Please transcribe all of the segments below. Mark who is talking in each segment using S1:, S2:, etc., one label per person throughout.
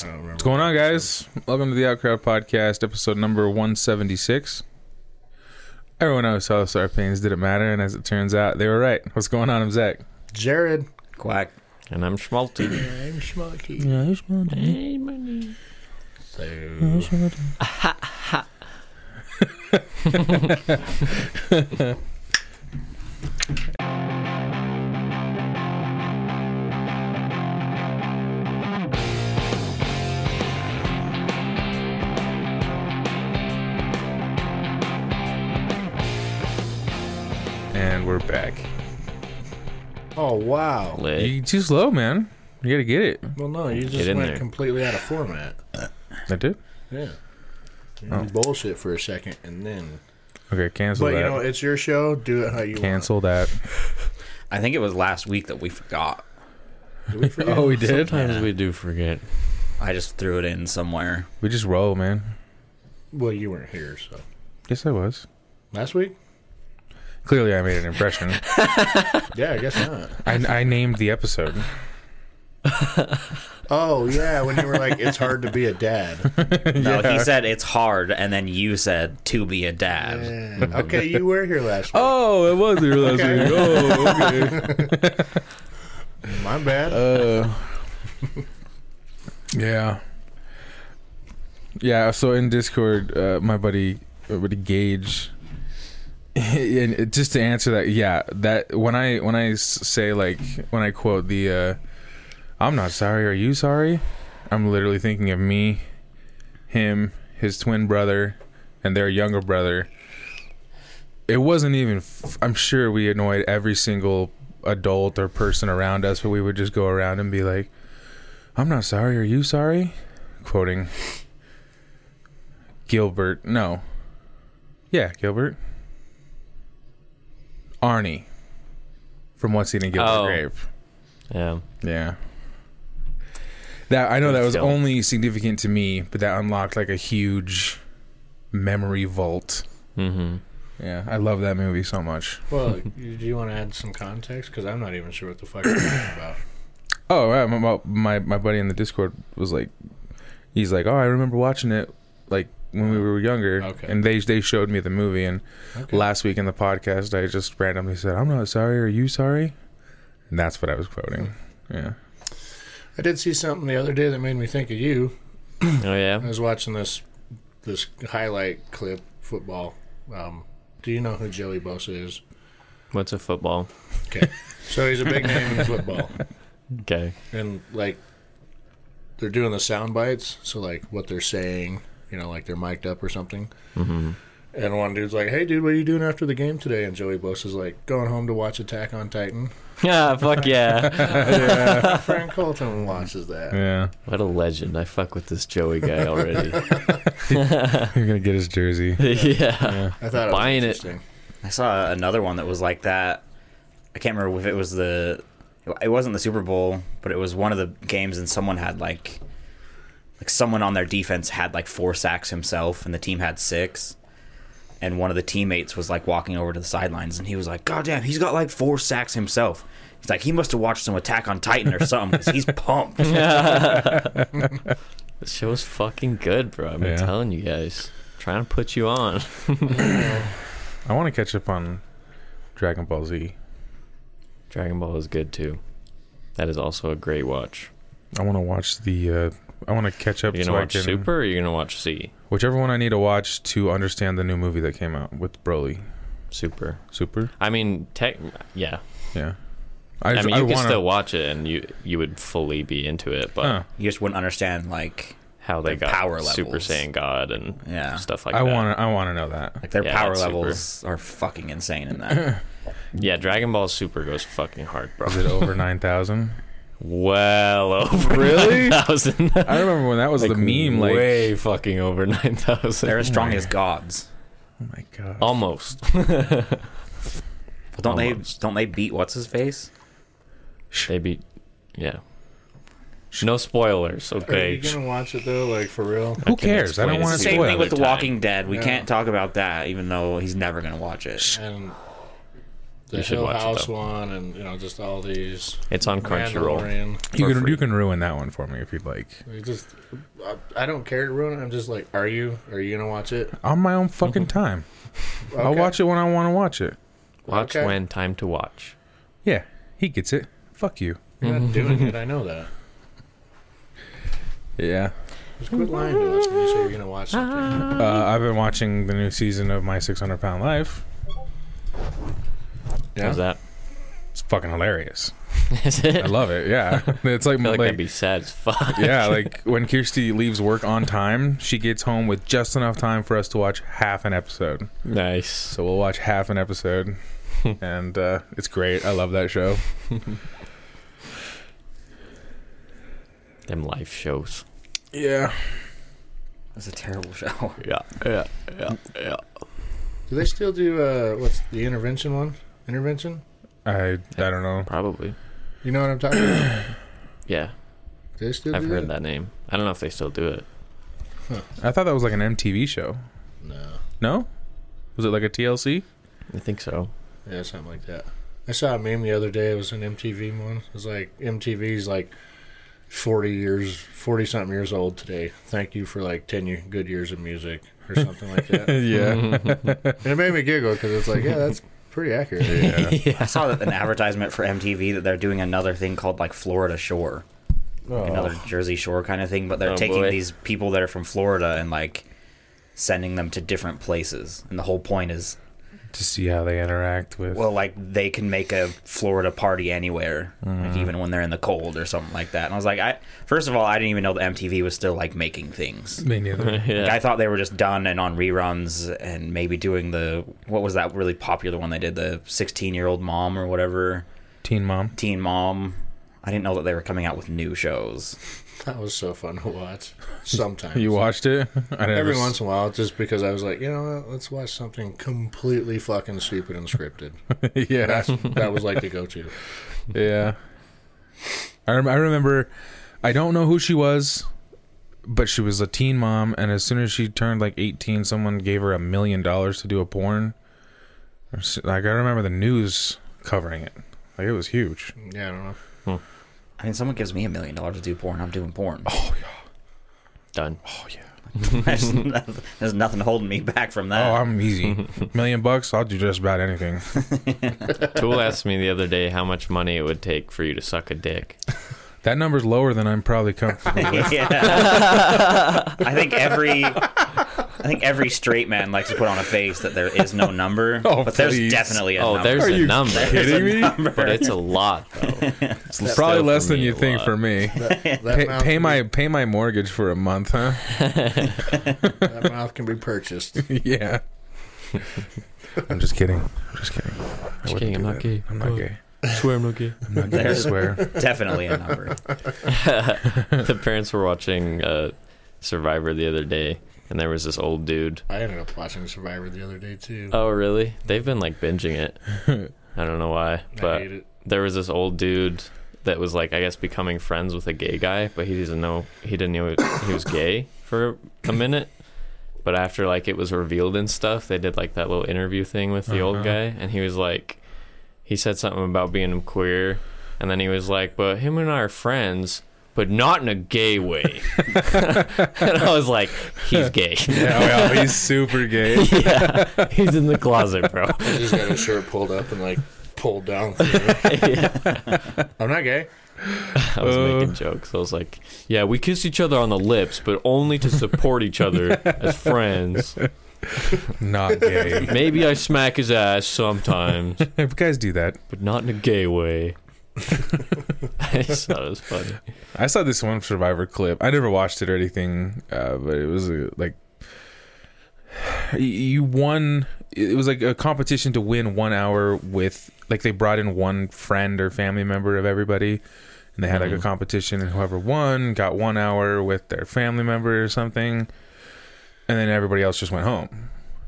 S1: I don't remember.
S2: What's going on, guys? Welcome to the Outcrowd Podcast, episode number 176. Everyone always tells us our opinions didn't matter, and as it turns out, they were right. What's going on? I'm Zach.
S1: Jared.
S3: Quack. And I'm Schmalti.
S1: I'm Schmalky. So
S2: And we're back.
S1: Oh wow.
S3: Lit.
S2: You're too slow, man. You gotta get it.
S1: Well no, you just
S3: Get in
S1: went
S3: there.
S1: completely out of format.
S2: I did?
S1: Yeah. You
S2: Oh.
S1: bullshit for a second and then
S2: Okay, cancel
S1: But
S2: that.
S1: you know, it's your show, do it how you
S2: cancel that.
S4: I think it was last week that we forgot.
S1: want. Do we forget?
S2: Oh, we did?
S3: Sometimes we do forget.
S4: I just threw it in somewhere.
S2: We just roll, man.
S1: Well you weren't here, so
S2: Yes, I was.
S1: last week?
S2: Clearly, I made an impression.
S1: Yeah, I guess not.
S2: I, I named the episode.
S1: Oh yeah, when you were like, It's hard to be a dad.
S4: No,
S2: Yeah.
S4: he said it's hard, and then you said to be a dad.
S1: Yeah. Okay, you were here last week.
S2: Oh, it was your last
S1: Okay.
S2: week. Oh, okay.
S1: My bad.
S2: Uh, yeah, yeah. So in Discord, uh, my buddy, my buddy Gage, and it- just to answer that, yeah, that when I when I s- say like when I quote the, uh, I'm not sorry. Are you sorry? I'm literally thinking of me, him, his twin brother, and their younger brother. It wasn't even. F- I'm sure we annoyed every single adult or person around us, but we would just go around and be like, "I'm not sorry. Are you sorry?" Quoting Gilbert. No. Yeah, Gilbert. Arnie from What's Eating Gilbert
S3: Oh.
S2: Grape.
S3: Yeah.
S2: Yeah. That I know that was
S3: Still.
S2: only significant to me, but that unlocked like a huge memory vault.
S3: Mm-hmm.
S2: Yeah, I love that movie so much.
S1: well, you- do you want to add some context? Because I'm not even sure what the fuck you're talking about.
S2: Oh, right, my- my my my buddy in the Discord was like, he's like, oh, I remember watching it like when we were younger,
S1: Okay.
S2: and they they showed me the movie, and
S1: Okay.
S2: last week in the podcast, I just randomly said, I'm not sorry, are you sorry? And that's what I was quoting. Yeah.
S1: I did see something the other day that made me think of you.
S3: Oh
S1: I
S3: yeah.
S1: was watching this this highlight clip football. Um, do you know who Joey Bosa is?
S3: What's a football?
S1: So he's a big name in football,
S3: Okay.
S1: and like they're doing the sound bites. So like what they're saying, you know, like they're mic'd up or something. Mm-hmm. And one dude's like, "Hey, dude, what are you doing after the game today?" And Joey Bosa's like, "Going home to watch Attack on Titan."
S3: Yeah. Ah, Fuck yeah.
S1: Frank Colton watches that.
S2: Yeah.
S3: what a legend. I fuck with this Joey guy already.
S2: You're going to get his jersey.
S3: yeah.
S1: I thought it was
S3: Buying it.
S1: interesting.
S4: I saw another one that was like that. I can't remember if it was the. It wasn't the Super Bowl, but it was one of the games, and someone had like, like someone on their defense had like four sacks himself, and the team had six. And one of the teammates was like walking over to the sidelines, and he was like, "God damn, he's got like four sacks himself." He's like, "He must have watched some Attack on Titan or something, 'cause he's pumped."
S3: This show's fucking good, bro. I've been
S2: Yeah.
S3: telling you guys. Trying to put you on.
S2: I want to catch up on Dragon Ball Z.
S3: Dragon Ball is good too. That is also a great watch.
S2: I want to watch the. Uh, I want to catch up
S3: You're
S2: so
S3: gonna
S2: I
S3: watch
S2: can
S3: Super or you're gonna watch Z?
S2: whichever one I need to watch to understand the new movie that came out with Broly.
S3: Super.
S2: Super.
S3: I mean, tech. Yeah.
S2: Yeah.
S3: I, mean, you can
S2: wanna-
S3: still watch it, and you you would fully be into it, but.
S2: Huh.
S4: you just wouldn't understand like
S3: how they
S4: Their
S3: got
S4: power
S3: Super
S4: levels.
S3: Saiyan God and
S4: Yeah.
S3: stuff like
S2: I
S3: that.
S2: want to. I want to know that.
S4: like their
S3: Yeah,
S4: power
S3: that's super.
S4: levels are fucking insane in that.
S3: Yeah, Dragon Ball Super goes fucking hard, bro.
S2: Is it over nine thousand?
S3: Well over
S2: Really?
S3: nine thousand.
S2: I remember when that was the meme. Like,
S3: way fucking over nine thousand.
S4: They're as strong as gods.
S2: oh my god.
S3: almost.
S4: Well, don't
S3: Almost.
S4: they? Don't they beat what's his face?
S3: they beat. Yeah. No spoilers,
S1: Are you
S3: okay?
S1: gonna watch it though? Like for real?
S2: Who
S3: I can
S2: cares? I don't
S3: explain
S2: want to
S3: it to you.
S4: Same
S2: spoil.
S4: thing with
S2: it.
S4: The
S3: Spoiler time.
S4: Walking Dead. We
S1: Yeah.
S4: can't talk about that, even though he's never gonna watch it.
S1: And the
S3: You should
S1: Hill
S3: watch it,
S1: House
S3: though.
S1: one, and you know just all these.
S3: It's on Crunchyroll.
S1: Mandalorian.
S2: You
S3: For
S2: can
S3: free.
S2: you can ruin that one for me if you'd like.
S1: It just, I, I don't care to ruin it. I'm just like, are you? Are you gonna watch it?
S2: On my own fucking time. I'll
S1: Okay.
S2: watch it when I want to watch it.
S3: Watch
S1: Okay.
S3: when time to watch.
S2: Yeah, he gets it. Fuck you.
S1: You're not doing it. I know that.
S2: Yeah.
S1: Just quit lying to us when you say you're gonna watch something.
S2: Uh, I've been watching the new season of My 600 Pound Life.
S1: Yeah.
S3: How's that?
S2: It's fucking hilarious.
S3: Is it?
S2: I love it. Yeah. It's like,
S3: I feel like,
S2: like
S3: that'd be sad as fuck.
S2: yeah, like when Kirsty leaves work on time, she gets home with just enough time for us to watch half an episode.
S3: Nice.
S2: So we'll watch half an episode, and uh, it's great. I love that show.
S3: Them live shows.
S2: Yeah,
S4: It's a terrible show.
S3: Yeah. Yeah. Yeah. Yeah.
S1: Do they still do uh, what's the intervention one? Intervention?
S2: I I don't know.
S3: Probably.
S1: You know what I'm talking about?
S3: Yeah.
S1: Do they still
S3: I've
S1: do
S3: heard that name. I don't know if they still do it.
S2: I thought that was like an MTV show.
S1: No.
S2: No, was it like a TLC?
S3: I think so.
S1: Yeah, something like that. I saw a meme the other day. It was an MTV one. It was like MTV's like forty years, forty something years old today. Thank you for like ten year, good years of music or something like that. and
S2: yeah,
S1: it made me giggle because it's like, yeah, that's pretty accurate.
S2: yeah.
S4: I saw that an advertisement for MTV that they're doing another thing called like Florida Shore,
S2: Oh.
S4: like, another Jersey Shore kind of thing. But they're
S3: Oh,
S4: taking
S3: boy.
S4: these people that are from Florida and like sending them to different places. And the whole point is,
S2: to see how they interact with.
S4: well, like they can make a Florida party anywhere, like, even when they're in the cold or something like that. And I was like, I first of all, I didn't even know that MTV was still like making things.
S2: me neither.
S4: Like, I
S3: yeah.
S4: thought they were just done and on reruns and maybe doing the what was that really popular one they did the 16 year old mom or whatever
S2: Teen Mom.
S4: Teen Mom. I didn't know that they were coming out with new shows.
S1: that was so fun to watch. Sometimes
S2: You watched it? I never
S1: every
S2: s-
S1: once in a while, just because I was like, you know what, let's watch something completely fucking stupid and scripted.
S2: yeah,
S1: That's, that was like the go-to.
S2: yeah. I rem- I remember. I don't know who she was, but she was a teen mom, and as soon as she turned like eighteen, someone gave her a million dollars to do a porn. Or s- Like I remember the news covering it. Like it was huge.
S1: Yeah, I don't know.
S4: I mean, someone gives me a million dollars to do porn, I'm doing porn.
S3: Done.
S4: there's, nothing, there's nothing holding me back from
S2: Oh,
S4: that.
S2: I'm easy. million bucks, I'll do just about anything.
S3: Tool asked me the other day how much money it would take for you to suck a dick.
S2: That number's lower than I'm probably comfortable. with.
S4: yeah. I think every I think every straight man likes to put on a face that there is no number,
S2: Oh,
S4: but
S2: please.
S4: there's definitely a
S3: Oh,
S4: number.
S3: there's a number.
S2: Kidding me?
S3: But it's a lot, though. It's
S2: Probably
S3: still
S2: less
S3: for
S2: than
S3: me
S2: you
S3: a
S2: think
S3: lot.
S2: for me.
S1: That, that
S2: Pay,
S1: mouth
S2: pay
S1: can
S2: my pay my mortgage for a month, huh?
S1: be, that mouth can be purchased.
S2: yeah. I'm just kidding. I'm just kidding. I
S3: Just
S2: wouldn't
S3: kidding,
S2: do
S3: I'm not
S2: that.
S3: gay.
S2: I'm not
S3: Oh.
S2: gay.
S3: swear I'm not gay.
S2: I'm not gay. I
S4: There's-
S2: swear.
S4: definitely a number.
S3: the parents were watching uh, Survivor the other day, and there was this old dude.
S1: I ended up watching Survivor the other day too.
S3: Oh, really? They've been like binging it. I don't know why,
S1: I
S3: but
S1: hate it.
S3: there was this old dude that was like, I guess, becoming friends with a gay guy, but he didn't know he didn't know he was gay for a minute. But after like it was revealed and stuff, they did like that little interview thing with the old
S2: Uh-huh.
S3: guy, and he was like, he said something about being queer, and then he was like, but him and I are friends. But not in a gay way. and I was like, he's gay.
S2: Yeah, well, he's super gay.
S3: yeah, he's in the closet, bro.
S1: I just got his shirt pulled up and like pulled down. Through. I'm not gay.
S3: I was
S2: Uh.
S3: making jokes. I was like, "Yeah, we kiss each other on the lips, but only to support each other as friends.
S2: Not gay.
S3: Maybe I smack his ass sometimes,
S2: If guys do that.
S3: but not in a gay way." I just thought it was funny.
S2: I saw this one Survivor clip. I never watched it or anything, uh, but it was uh, like y- you won. It was like a competition to win one hour with like they brought in one friend or family member of everybody, and they had like a
S3: Mhm.
S2: competition, and whoever won got one hour with their family member or something, and then everybody else just went home.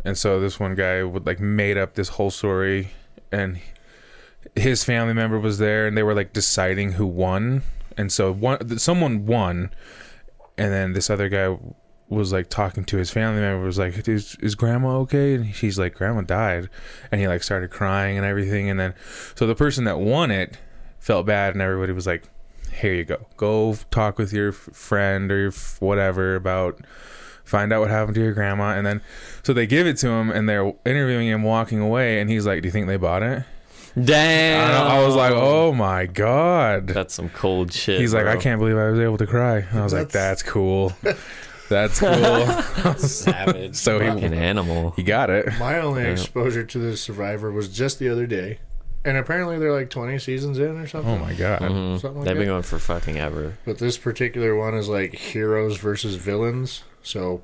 S2: And so this one guy would like made up this whole story, and his family member was there and they were like deciding who won and so one th- someone won and then this other guy was like talking to his family member was like is, is grandma okay and she's like grandma died and he like started crying and everything and then so the person that won it felt bad and everybody was like here you go go talk with your f- friend or your f- whatever about find out what happened to your grandma and then so they give it to him and they're interviewing him walking away and he's like do you think they bought it and
S3: Damn.
S2: I, I was like oh my god
S3: That's some cold shit.
S2: He's like,
S3: bro.
S2: I can't believe I was able to cry. And I was like, that's cool. That's cool.
S4: Savage.
S2: so
S3: Fucking
S2: he,
S3: animal.
S2: he got it.
S1: My only exposure to the Survivor was just the other day, and apparently they're like 20 seasons in or something.
S2: Oh my god.
S3: Mhm.
S1: Something like
S3: They've
S1: that.
S3: been going for fucking ever.
S1: But this particular one is like heroes versus villains. So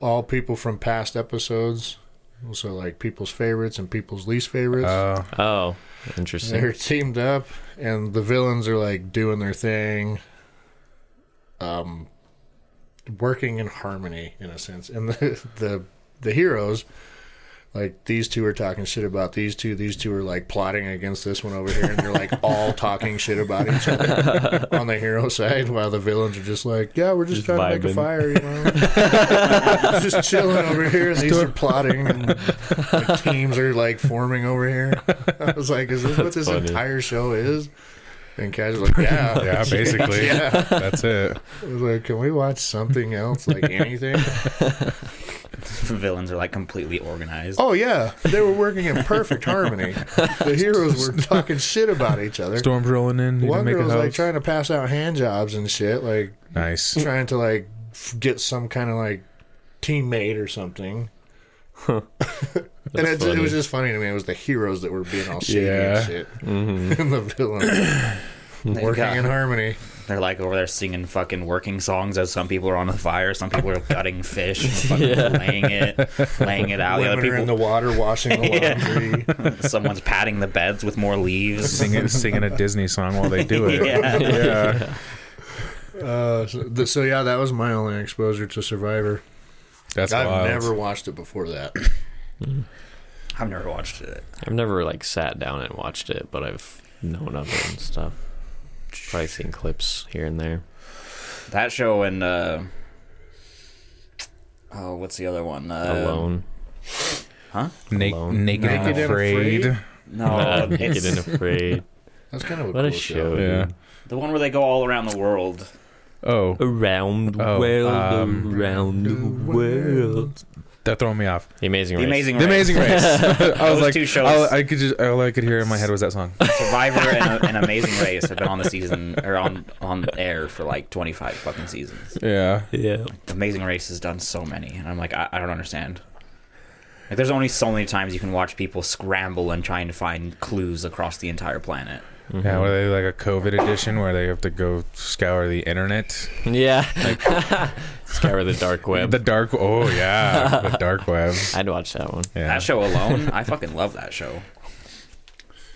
S1: all people from past episodes, so like people's favorites and people's least favorites,
S2: Uh,
S3: Oh, interesting.
S1: they're teamed up, and the villains are like doing their thing, um, working in harmony in a sense. And the the the heroes. Like these two are talking shit about these two. These two are like plotting against this one over here, and they're like all talking shit about each other on the hero side, while the villains are just like, "Yeah, we're just,
S3: Just
S1: trying to make a
S3: vibing.
S1: fire, you know, just chilling over here." And these are plotting, and like, teams are like forming over here. I was like, "Is this what this
S3: funny.
S1: entire show is?" And Cash was like, "Yeah,
S2: yeah, basically.
S1: yeah."
S2: That's it.
S1: I was like, "Can we watch something else, like anything?"
S4: Villains are like completely organized.
S1: Oh yeah, they were working in perfect harmony. The heroes were talking shit about each other.
S2: Storms rolling in. Need to
S1: One
S2: make a
S1: girl was
S2: house.
S1: like trying to pass out hand jobs and shit, like
S2: nice.
S1: trying to like f- get some kind of like teammate or something. and it,
S3: That's
S1: it
S3: funny.
S1: was just funny to me. It was the heroes that were being all shady
S2: Yeah.
S1: and shit, and the villains
S4: They've
S1: working
S4: got-
S1: in harmony.
S4: They're like over there singing fucking working songs as some people are on the fire, some people are gutting fish, and fucking laying it, laying it out. The
S1: Women
S4: other
S1: are in the
S4: people,
S1: water washing the laundry.
S4: someone's patting the beds with more leaves.
S2: Singing, singing a Disney song while they do it.
S4: Yeah.
S3: Mm-hmm.
S2: Yeah.
S1: uh, so, th- so yeah, that was my only exposure to Survivor.
S2: That's
S1: I've
S2: wild.
S1: never watched it before that.
S4: I've never watched it.
S3: I've never like sat down and watched it, but I've known of it and stuff. Probably seen clips here and there.
S4: That show and uh, oh, what's the other one? Uh,
S3: Alone.
S2: Na-
S3: Alone.
S2: naked, and
S1: Naked and
S2: afraid.
S1: Afraid?
S4: No,
S3: naked and
S4: it's
S3: afraid.
S1: That's kind of a
S3: What a
S1: cool
S3: show!
S2: Yeah.
S3: dude.
S4: the one where they go all around the world.
S2: Oh,
S3: Around the
S2: Oh,
S3: world,
S2: um,
S3: around the world.
S2: that threw me off.
S3: The Amazing
S4: The
S3: Race.
S4: Amazing
S2: The
S4: Race,
S2: Amazing Race. I was
S4: Those
S2: like,
S4: two shows-
S2: all I could just, all I could hear in my head was that song.
S4: Survivor, and, and Amazing Race have been on the season or on on air for like twenty five fucking seasons.
S2: Yeah.
S3: Yeah.
S4: Amazing Race has done so many, and I'm like, I, I don't understand. Like, there's only so many times you can watch people scramble and trying to find clues across the entire planet.
S3: Mm-hmm.
S2: Yeah, were they like a COVID edition where they have to go scour the internet?
S3: Yeah. Scour the dark web.
S2: The dark. Oh yeah, the dark web.
S3: I'd watch that one.
S2: Yeah.
S4: That show alone, I fucking love that show.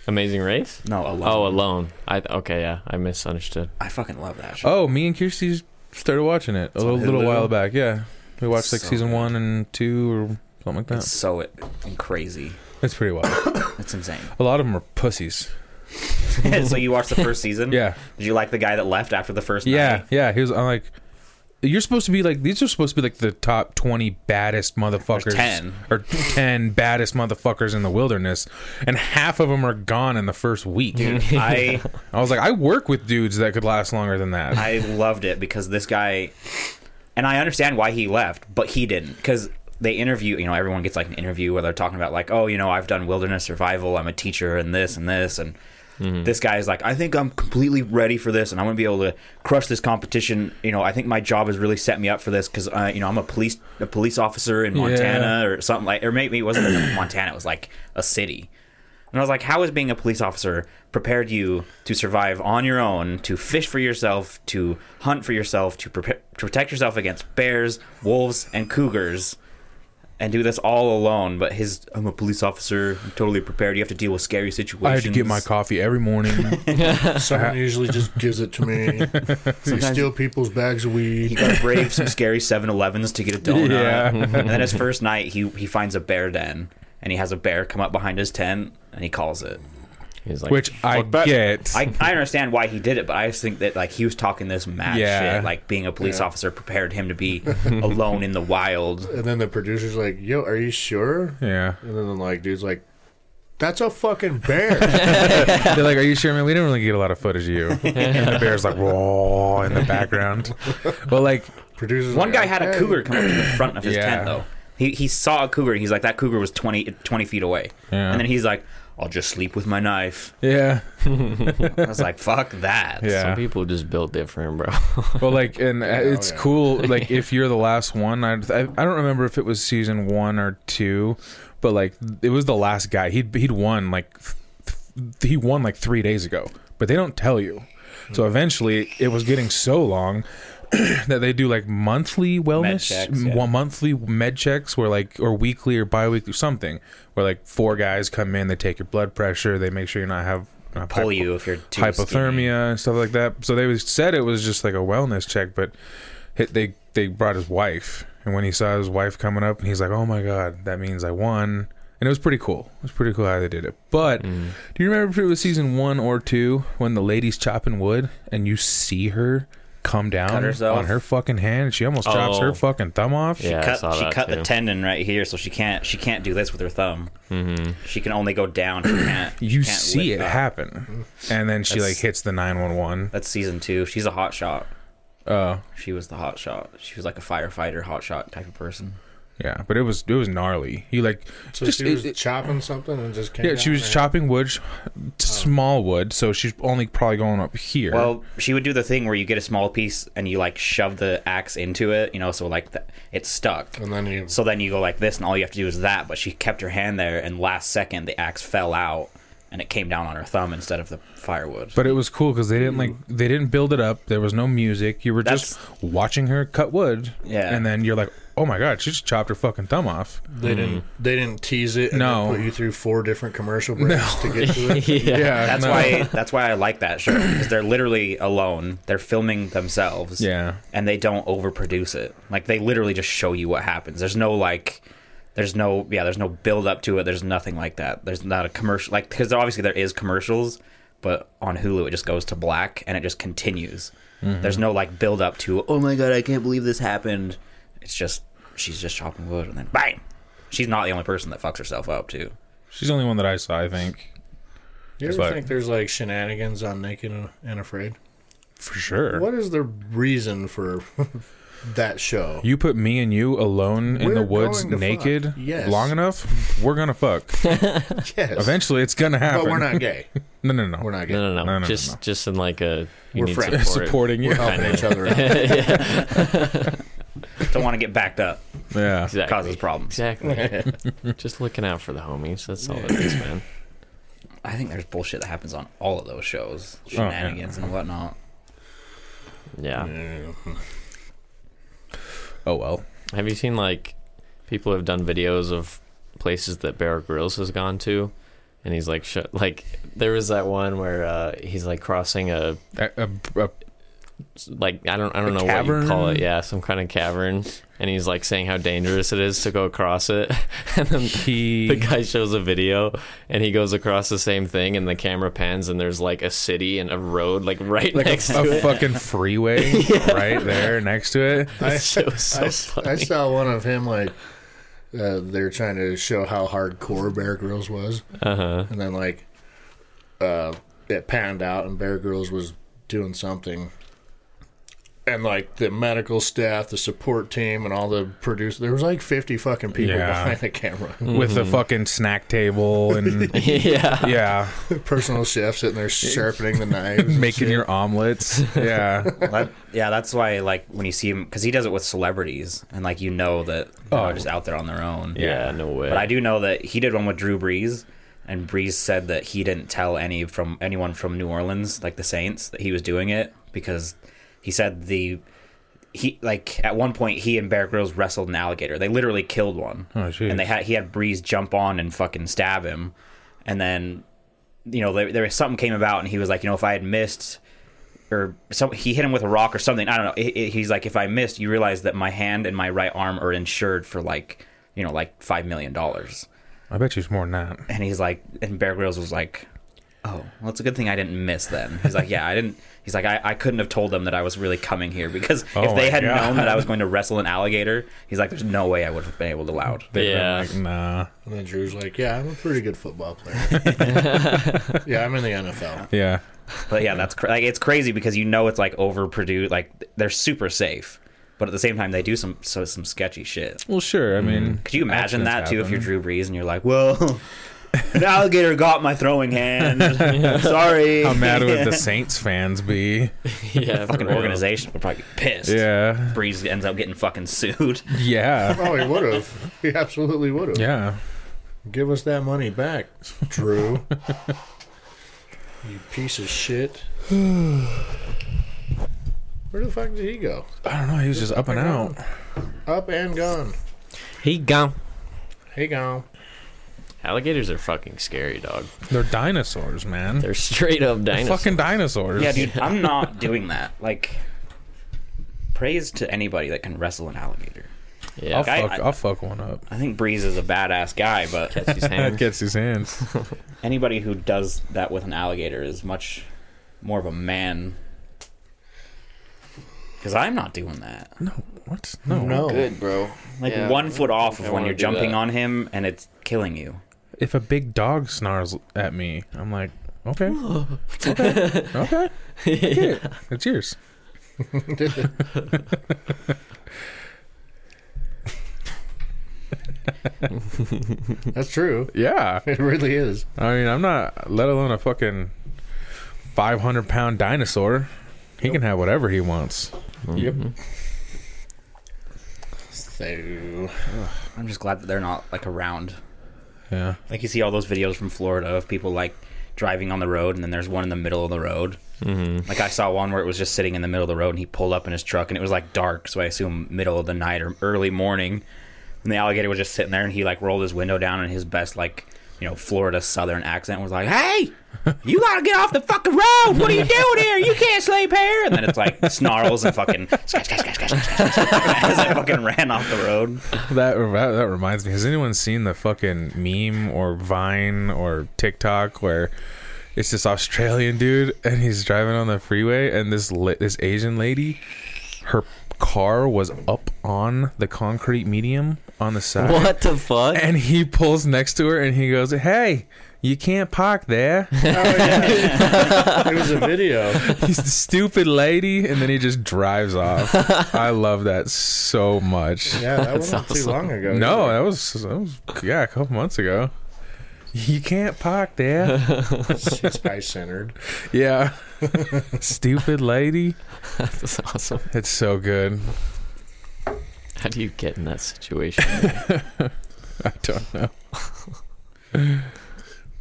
S3: Amazing Race?
S4: No, alone.
S3: Oh, Alone. I okay, yeah. I misunderstood.
S4: I fucking love that show.
S2: Oh, me and Kirsty started watching it a
S4: on
S2: little, little
S4: Hulu?
S2: while back. Yeah, we watched like
S4: So
S2: season
S4: good.
S2: one and two or something like
S4: It's
S2: that.
S4: so it, crazy.
S2: It's pretty wild.
S4: It's insane.
S2: A lot of them are pussies.
S4: so you watched the first season?
S2: Yeah,
S4: Did you like the guy that left after the first?
S2: yeah,
S4: night?
S2: yeah. He was. I'm like, you're supposed to be like these are supposed to be like the top twenty baddest motherfuckers,
S4: 10.
S2: or ten baddest motherfuckers in the wilderness, and half of them are gone in the first week.
S4: Mm-hmm. I
S2: I was like, I work with dudes that could last longer than that.
S4: I loved it because this guy, and I understand why he left, but he didn't because they interview. You know, everyone gets like an interview where they're talking about like, oh, you know, I've done wilderness survival. I'm a teacher and this and this and. This guy is like, I think I'm completely ready for this, and I'm gonna be able to crush this competition. You know, I think my job has really set me up for this because, uh, you know, I'm a police a police officer in Montana or something like, or maybe it wasn't Montana, it was like a city. And I was like, how is being a police officer prepared you to survive on your own, to fish for yourself, to hunt for yourself, to, prepare, to protect yourself against bears, wolves, and cougars, and do this all alone? But his, I'm a police officer, I'm totally prepared. You have to deal with scary situations.
S2: I had to get my coffee every morning.
S1: Someone usually just gives it to me. you steal people's bags of
S4: He
S1: weed.
S4: got to brave some scary 7 Elevens to get a donut.
S2: Yeah.
S4: And then his first night, he, he finds a bear den, and he has a bear come up behind his tent, and he calls it.
S3: He's like,
S2: which I
S4: Fuck that.
S2: get.
S4: I, I understand why he did it, but I just think that like he was talking this mad
S2: Yeah.
S4: shit. Like being a police
S1: Yeah.
S4: officer prepared him to be alone in the wild.
S1: And then the producer's like, "Yo, are you sure?"
S2: yeah.
S1: And then like, dude's like, "That's a fucking bear."
S2: They're like, "Are you sure, man? We didn't really get a lot of footage of you." and the bear's like, "Whoa!" in the background. But like,
S1: Producers.
S4: One
S1: like,
S4: guy had a
S1: "Okay."
S4: cougar come up to the front of his
S2: Yeah.
S4: tent though. He, he saw a cougar and he's like that cougar was 20, 20 feet away.
S2: Yeah.
S4: And then he's like, I'll just sleep with my knife.
S2: yeah,
S4: I was like, fuck that.
S2: yeah.
S3: some people just built different, bro.
S2: But like, and uh,
S4: oh,
S2: it's
S1: yeah.
S2: cool. Like, if you're the last one, I, I I don't remember if it was season one or two, but like, it was the last guy. He'd he'd won like th- he won like three days ago, but they don't tell you. So
S4: Hmm.
S2: eventually, it was getting so long that they do like monthly wellness,
S4: checks, yeah.
S2: one monthly med checks, where like or weekly or biweekly something, where like four guys come in, they take your blood pressure, they make sure you're not have not
S4: Pull
S2: hypo-
S4: you if you're too
S2: hypothermia and stuff like that. So they was, said it was just like a wellness check, but hit, they they brought his wife, and when he saw his wife coming up, and he's like, "Oh my god, that means I won." And it was pretty cool. It was pretty cool how they did it. But do you remember if it was season one or two when the lady's chopping wood and you see her come down
S4: herself?
S2: on her fucking hand? She almost chops
S3: Oh.
S2: her fucking thumb off.
S3: Yeah, I
S4: cut,
S3: saw
S4: she
S3: that
S4: cut
S3: too.
S4: the tendon right here, so she can't she can't do this with her thumb. She can only go down. She can't.
S2: Mm-hmm. You
S4: she can't
S2: see it
S4: lift up.
S2: happen, and then she
S4: That's-
S2: like hits the nine one one.
S4: That's season two. She's a hot shot.
S2: Oh,
S4: She was the hot shot. She was like a firefighter, hot shot type of person.
S2: yeah, but it was it was gnarly. You like
S1: So
S2: just-
S1: she was
S2: it- it-
S1: chopping something and just came.
S2: Yeah,
S1: down
S2: she was
S1: there.
S2: chopping wood, sh-
S4: Oh.
S2: small wood, so she's only probably going up here.
S4: Well, she would do the thing where you get a small piece and you like shove the axe into it, you know, so like th- it's stuck.
S1: And then you.
S4: So then you go like this, and all you have to do is that. But she kept her hand there, and last second the axe fell out, and it came down on her thumb instead of the firewood.
S2: but it was cool because they didn't like they didn't build it up. There was no music. You were just watching her cut wood.
S4: Yeah.
S2: and then you're like, oh my god, she just chopped her fucking thumb off.
S1: They didn't. They didn't tease it. And
S2: No.
S1: then put you through four different commercial breaks to get to it.
S2: Yeah,
S4: That's
S2: no.
S4: why that's why I like that show because they're literally alone. They're filming themselves.
S2: Yeah.
S4: And they don't overproduce it. Like they literally just show you what happens. There's no like there's no yeah, there's no build up to it. There's nothing like that. There's not a commercial like cuz obviously there is commercials, but on Hulu it just goes to black and it just continues.
S2: Mm-hmm.
S4: There's no like build up to, "Oh my god, I can't believe this happened." It's just she's just chopping wood and then bang. She's not the only person that fucks herself up, too.
S2: She's the only one that I saw. I think
S1: You ever
S2: But-
S1: think there's like shenanigans on Naked and- and Afraid?
S2: for sure.
S1: What is the reason for that show?
S2: You put me and you alone in
S1: We're
S2: the woods,
S1: going to fuck.
S2: naked,
S1: Yes.
S2: long enough, we're gonna fuck.
S1: Yes,
S2: Eventually, it's gonna happen.
S1: but we're not gay.
S2: No, no, no.
S1: We're not gay.
S3: No, no, no,
S2: No, no,
S3: just,
S2: no, no.
S3: just in like a you
S1: We're
S3: need
S1: friends.
S3: support.
S2: supporting you.
S1: We're helping each other out.
S4: Don't want to get backed up.
S2: Yeah.
S3: Exactly.
S4: Causes problems.
S3: Exactly. just looking out for the homies. That's all it is, man.
S4: I think there's bullshit that happens on all of those shows,
S2: Oh, yeah.
S4: shenanigans and whatnot.
S3: Yeah.
S1: Yeah.
S2: Oh well.
S3: Have you seen like people have done videos of places that Bear Grylls has gone to? And he's like, sh- like there was that one where uh, he's like crossing a
S2: A- a- a
S3: like I don't I don't
S2: A
S3: know what you call
S2: cavern?
S3: it. Yeah, some kind of cavern. And he's like saying how dangerous it is to go across it. and then
S2: he
S3: the guy shows a video and he goes across the same thing and the camera pans and there's like a city and a road like right
S2: like
S3: next
S2: a,
S3: to
S2: a
S3: it.
S2: fucking freeway right there next to it.
S1: I-
S3: That shit was so
S1: I,
S3: funny.
S1: I saw one of him like uh, they're trying to show how hardcore Bear Grylls was, uh-huh. and then like uh, it panned out, and Bear Grylls was doing something, and like the medical staff, the support team, and all the producers, there was like fifty fucking people
S2: Yeah.
S1: behind the camera,
S2: With the fucking snack table and
S3: yeah.
S2: yeah,
S1: personal chefs sitting there sharpening the knives, and
S2: making
S1: shit.
S2: your omelets. Yeah.
S4: That- yeah, that's why like when you see him because he does it with celebrities and like you know that they're
S2: Oh.
S4: not just out there on their own.
S3: Yeah, no way.
S4: but I do know that he did one with Drew Brees, and Brees said that he didn't tell any from anyone from New Orleans, like the Saints, that he was doing it because he said the he like at one point he and Bear Grylls wrestled an alligator. They literally killed one.
S2: Oh, jeez.
S4: and they had he had Breeze jump on and fucking stab him, and then you know there, there was something came about and he was like you know if I had missed or some he hit him with a rock or something. I don't know. He- he- he's like, if I missed, you realize that my hand and my right arm are insured for like you know like five million dollars.
S2: I bet you it's more than that.
S4: And he's like, and Bear Grylls was like, oh, well, it's a good thing I didn't miss then. He's like, yeah, I didn't. He's like, I, I couldn't have told them that I was really coming here because
S2: Oh
S4: if they
S2: my
S4: had
S2: God.
S4: known that I was going to wrestle an alligator, he's like, there's no way I would have been able to loud.
S2: They were
S3: Yeah.
S2: like, nah.
S1: And then Drew's like, "Yeah, I'm a pretty good football player. yeah, I'm in the NFL.
S2: Yeah.
S4: But yeah, that's cra- like it's crazy because you know it's like overproduced. Like they're super safe, but at the same time they do some so, some sketchy shit.
S2: Well, sure. I mean,
S4: Could you imagine
S2: accidents
S4: that too if
S2: happen.
S4: you're Drew Brees and you're like, well, an alligator got my throwing hand. Sorry.
S2: How mad would the
S4: Yeah.
S2: Saints fans be?
S3: yeah, for
S4: fucking
S3: real.
S4: organization would probably be pissed.
S2: Yeah.
S4: Brees ends up getting fucking sued.
S2: Yeah.
S1: Probably would have. He absolutely would have.
S2: Yeah.
S1: Give us that money back, Drew. you piece of shit. Where the fuck did he go?
S2: I don't know. He was just up and out.
S1: Up and gone.
S3: He gone.
S1: Hey, gone.
S3: Alligators are fucking scary, dog.
S2: They're dinosaurs, man. They're
S3: They're straight up dinosaurs.
S2: fucking dinosaurs.
S4: Yeah, dude, I'm not doing that. Like, praise to anybody that can wrestle an alligator.
S3: yeah,
S2: I'll
S4: Like, I-
S2: fuck.
S4: I-
S2: I, will fuck one up.
S4: I think Breeze is a badass guy, but
S3: catch his
S2: That
S3: hand.
S2: gets his hands.
S4: anybody who does that with an alligator is much more of a man. Because I'm not doing that.
S2: No. What? No.
S1: No.
S5: Good, bro.
S4: Like
S5: Yeah,
S4: one foot off
S5: I
S4: of when
S5: wanna
S4: you're
S5: do
S4: jumping
S5: that.
S4: on him and it's killing you.
S2: If a big dog snarls at me, I'm like, okay. okay. Okay. Yeah. It's yours.
S1: That's true.
S2: Yeah.
S1: It really is.
S2: I mean, I'm not, let alone a fucking 500 pound dinosaur. He can have whatever he wants.
S1: Mm-hmm. So
S4: I'm just glad that they're not like around.
S2: Yeah.
S4: Like you see all those videos from Florida of people like driving on the road and then there's one in the middle of the road. Mm-hmm. Like I saw one where it was just sitting in the middle of the road and he pulled up in his truck and it was like dark, so I assume middle of the night or early morning. And the alligator was just sitting there and he like rolled his window down in his best like you know Florida southern accent and was like, "Hey, you gotta get off the fucking road! What are you doing here? You can't sleep here!" And then it's like snarls and fucking scratch, scratch, scratch, scratch, scratch, scratch, as I fucking ran off the road.
S2: That, that that reminds me. Has anyone seen the fucking meme or Vine or TikTok where it's this Australian dude and he's driving on the freeway and this la- this Asian lady, her car was up on the concrete medium on the side,
S3: What the fuck?
S2: and he pulls next to her and he goes, "Hey, you can't park there,
S1: it was a video.
S2: you stupid lady!" And then he just drives off. I love that so much.
S1: Yeah, that wasn't too long ago.
S2: No, that was, that was yeah, a couple months ago. You can't park there.
S1: six guy centered.
S2: yeah. Stupid lady.
S3: That's awesome.
S2: It's so good.
S3: How do you get in that situation?
S2: I don't know.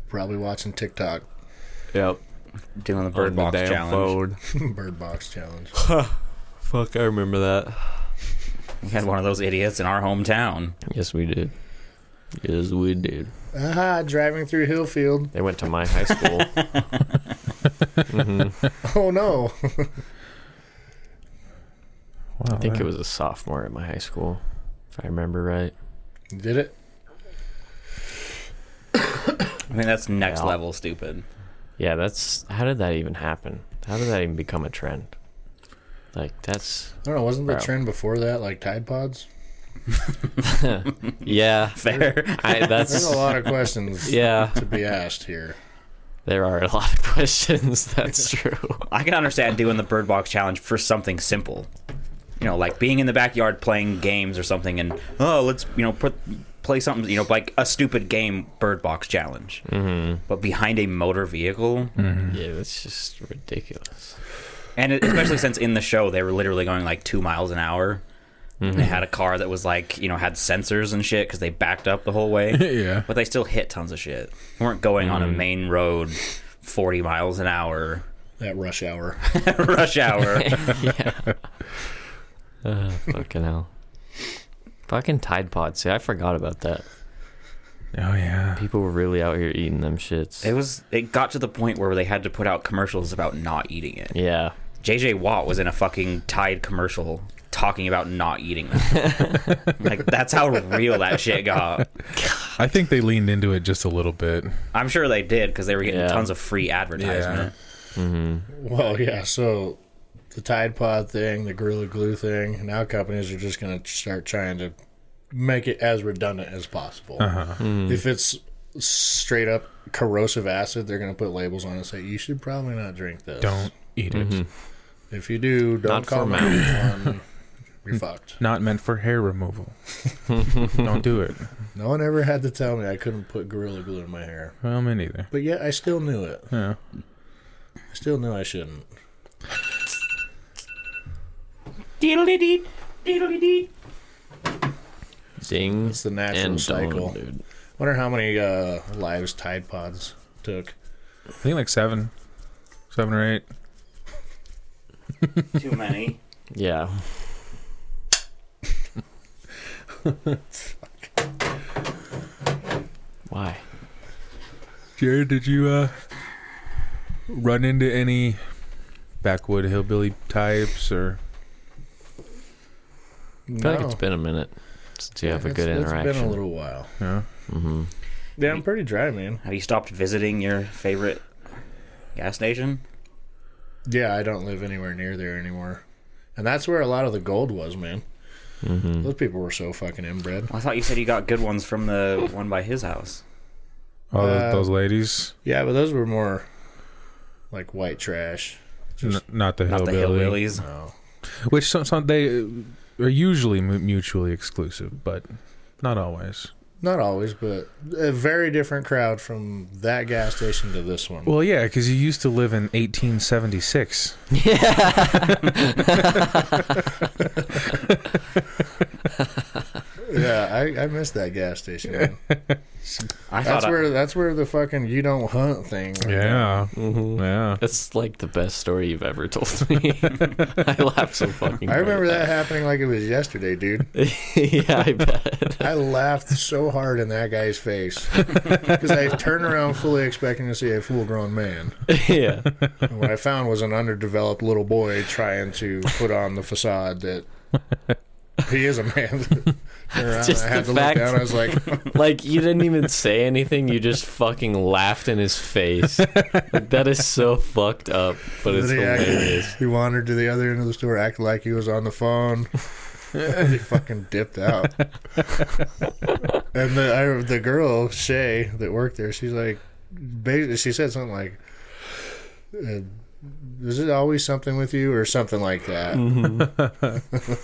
S1: Probably watching TikTok
S3: yep.
S4: Doing the bird box challenge.
S1: Bird Box Challenge.
S3: Fuck, I remember that.
S4: We had one of those idiots in our hometown.
S3: Yes, we did. Yes, we did.
S1: Aha, driving through Hillfield.
S3: They went to my high school. Mm-hmm.
S1: Oh no.
S2: Wow,
S3: I think it was a sophomore at my high school, if I remember right.
S1: Did it?
S4: I mean, that's next
S3: Yeah.
S4: level stupid.
S3: Yeah, that's how did that even happen? How did that even become a trend? Like that's
S1: I don't know. Wasn't the
S3: Bro.
S1: trend before that like Tide Pods?
S3: yeah,
S4: Fair.
S3: I,
S1: There's
S3: that's
S1: a lot of questions
S3: yeah.
S1: to be asked here.
S3: There are a lot of questions. That's true.
S4: I can understand doing the bird box challenge for something simple. You know, like being in the backyard playing games or something and, oh, let's, you know, put play something, you know, like a stupid game bird box challenge. Mm-hmm. But behind a motor vehicle.
S2: Mm-hmm.
S3: Yeah, that's just ridiculous.
S4: And it, especially since in the show they were literally going like two miles an hour. And they had a car that was like, you know, had sensors and shit because they backed up the whole way.
S2: Yeah.
S4: But they still hit tons of shit. They weren't going on a main road 40 miles an hour
S1: That rush hour.
S4: rush hour.
S3: Uh, fucking hell. Fucking Tide Pods. See, I forgot about that.
S2: Oh yeah.
S3: People were really out here eating them shits.
S4: it was it got to the point where they had to put out commercials about not eating it.
S3: yeah.
S4: JJ Watt was in a fucking Tide commercial talking about not eating them. like that's how real that shit got.
S2: I think they leaned into it just a little bit.
S4: I'm sure they did because they were getting
S3: Yeah.
S4: tons of free advertisement.
S1: Well, yeah. So the Tide Pod thing, the Gorilla Glue thing. Now companies are just going to start trying to make it as redundant as possible. If it's straight up corrosive acid, they're going to put labels on it and say you should probably not drink this.
S2: Don't eat it.
S1: If you do, don't
S3: Not
S1: call
S3: for
S1: me. Um, You're fucked.
S2: Not meant for hair removal. Don't do it.
S1: No one ever had to tell me I couldn't put Gorilla Glue in my hair,
S2: Well, me neither.
S1: but yet I still knew it.
S2: Yeah.
S1: I still knew I shouldn't.
S3: Ding.
S1: It's the natural
S3: and
S1: cycle.
S3: cycle. dude.
S1: Wonder how many uh, lives Tide Pods took.
S2: I think like seven, seven or eight.
S4: Too many.
S3: Yeah. Why?
S2: Jared, did you uh run into any backwood hillbilly types or?
S3: I feel like it's been a minute since you have a good interaction. Mm-hmm.
S1: It's been a little while.
S2: Yeah.
S1: Yeah, I'm pretty dry, man.
S4: Have you stopped visiting your favorite gas station?
S1: Yeah, I don't live anywhere near there anymore, and that's where a lot of the gold was, man.
S3: Mm-hmm.
S1: Those people were so fucking inbred.
S4: Well, I thought you said you got good ones from the one by his house.
S2: All
S1: Uh,
S2: those ladies,
S1: Yeah, but those were more like white trash.
S2: N- not the
S4: Not
S2: hillbilly,
S4: the hillbillies.
S1: No,
S2: which some, some they uh, are usually mu- mutually exclusive, but not always.
S1: not always, but a very different crowd from that gas station to this one.
S2: Well, yeah, because you used to live in 1876.
S1: yeah, I, I missed that gas station. Man.
S4: I thought
S1: That's
S4: I-
S1: where that's where the fucking you don't hunt thing. went down.
S2: yeah.
S3: That's like the best story you've ever told me. I laughed so fucking.
S1: I
S3: hard
S1: remember that
S3: at
S1: happening like it was yesterday, dude.
S3: that. yeah, I bet.
S1: I laughed so hard in that guy's face because I turned around fully expecting to see a full-grown man.
S3: yeah.
S1: And what I found was an underdeveloped little boy trying to put on the facade that he is a man. Turned around
S3: Just
S1: and I had
S3: the
S1: to
S3: fact-
S1: look down. I was like,
S3: Like you didn't even say anything. You just fucking laughed in his face. Like, that is so fucked up, but it's
S1: Then he acted-
S3: hilarious.
S1: He wandered to the other end of the store, acted like he was on the phone. he fucking dipped out. and the I, the girl Shay that worked there, she's like, basically, she said something like, uh, "Is it always something with you?" or something like that.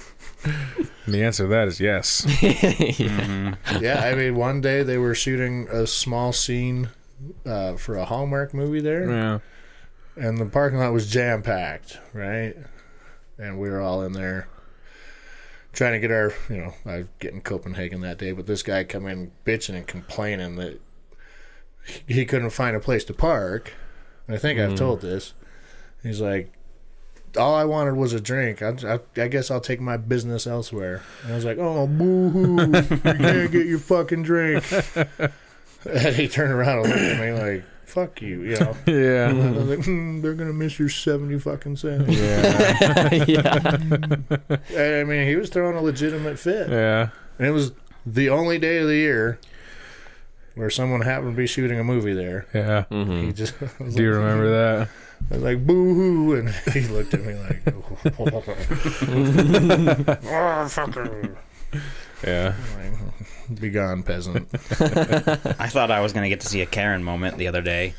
S3: Mm-hmm.
S2: And the answer to that is yes.
S1: yeah, I mean, one day they were shooting a small scene uh, for a Hallmark movie there.
S2: yeah.
S1: and the parking lot was jam packed, right? And we were all in there trying to get our, you know, I was getting Copenhagen that day, but this guy come in bitching and complaining that he- he couldn't find a place to park. And I think I've told this. He's like, all I wanted was a drink. I, I, I guess I'll take my business elsewhere. And I was like, oh, boo hoo. You can't get your fucking drink. and he turned around and looked at me like, fuck you, you know.
S2: Yeah.
S1: I was like, hmm, they're gonna miss your seventy fucking cents.
S2: Yeah.
S3: yeah.
S1: I mean, he was throwing a legitimate fit,
S2: yeah.
S1: and it was the only day of the year where someone happened to be shooting a movie there.
S2: Yeah.
S3: Mm-hmm.
S1: He just I was
S2: Mm. Do you
S1: like,
S2: remember that?
S1: I was like, boo hoo, and he looked at me like, oh, fucker,
S2: Yeah.
S1: like, "Hmm, be gone, peasant.
S4: I thought I was going to get to see a Karen moment the other day.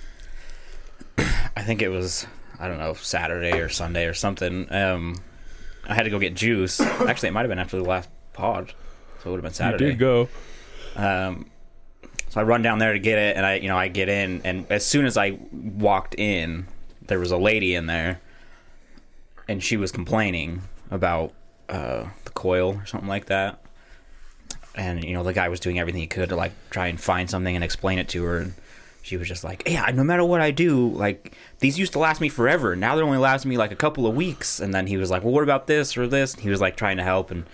S4: I think it was, I don't know, Saturday or Sunday or something. Um, I had to go get juice. Actually, it might have been after the last pod, so it would have been Saturday.
S2: You did go.
S4: Um, so I run down there to get it, and I, you know, I get in, and as soon as I walked in, there was a lady in there, and she was complaining about uh, the coil or something like that. And you know, the guy was doing everything he could to like try and find something and explain it to her, and she was just like, "Yeah, no matter what I do, like these used to last me forever. Now they only last me like a couple of weeks." And then he was like, "Well, what about this or this?" And he was like trying to help, and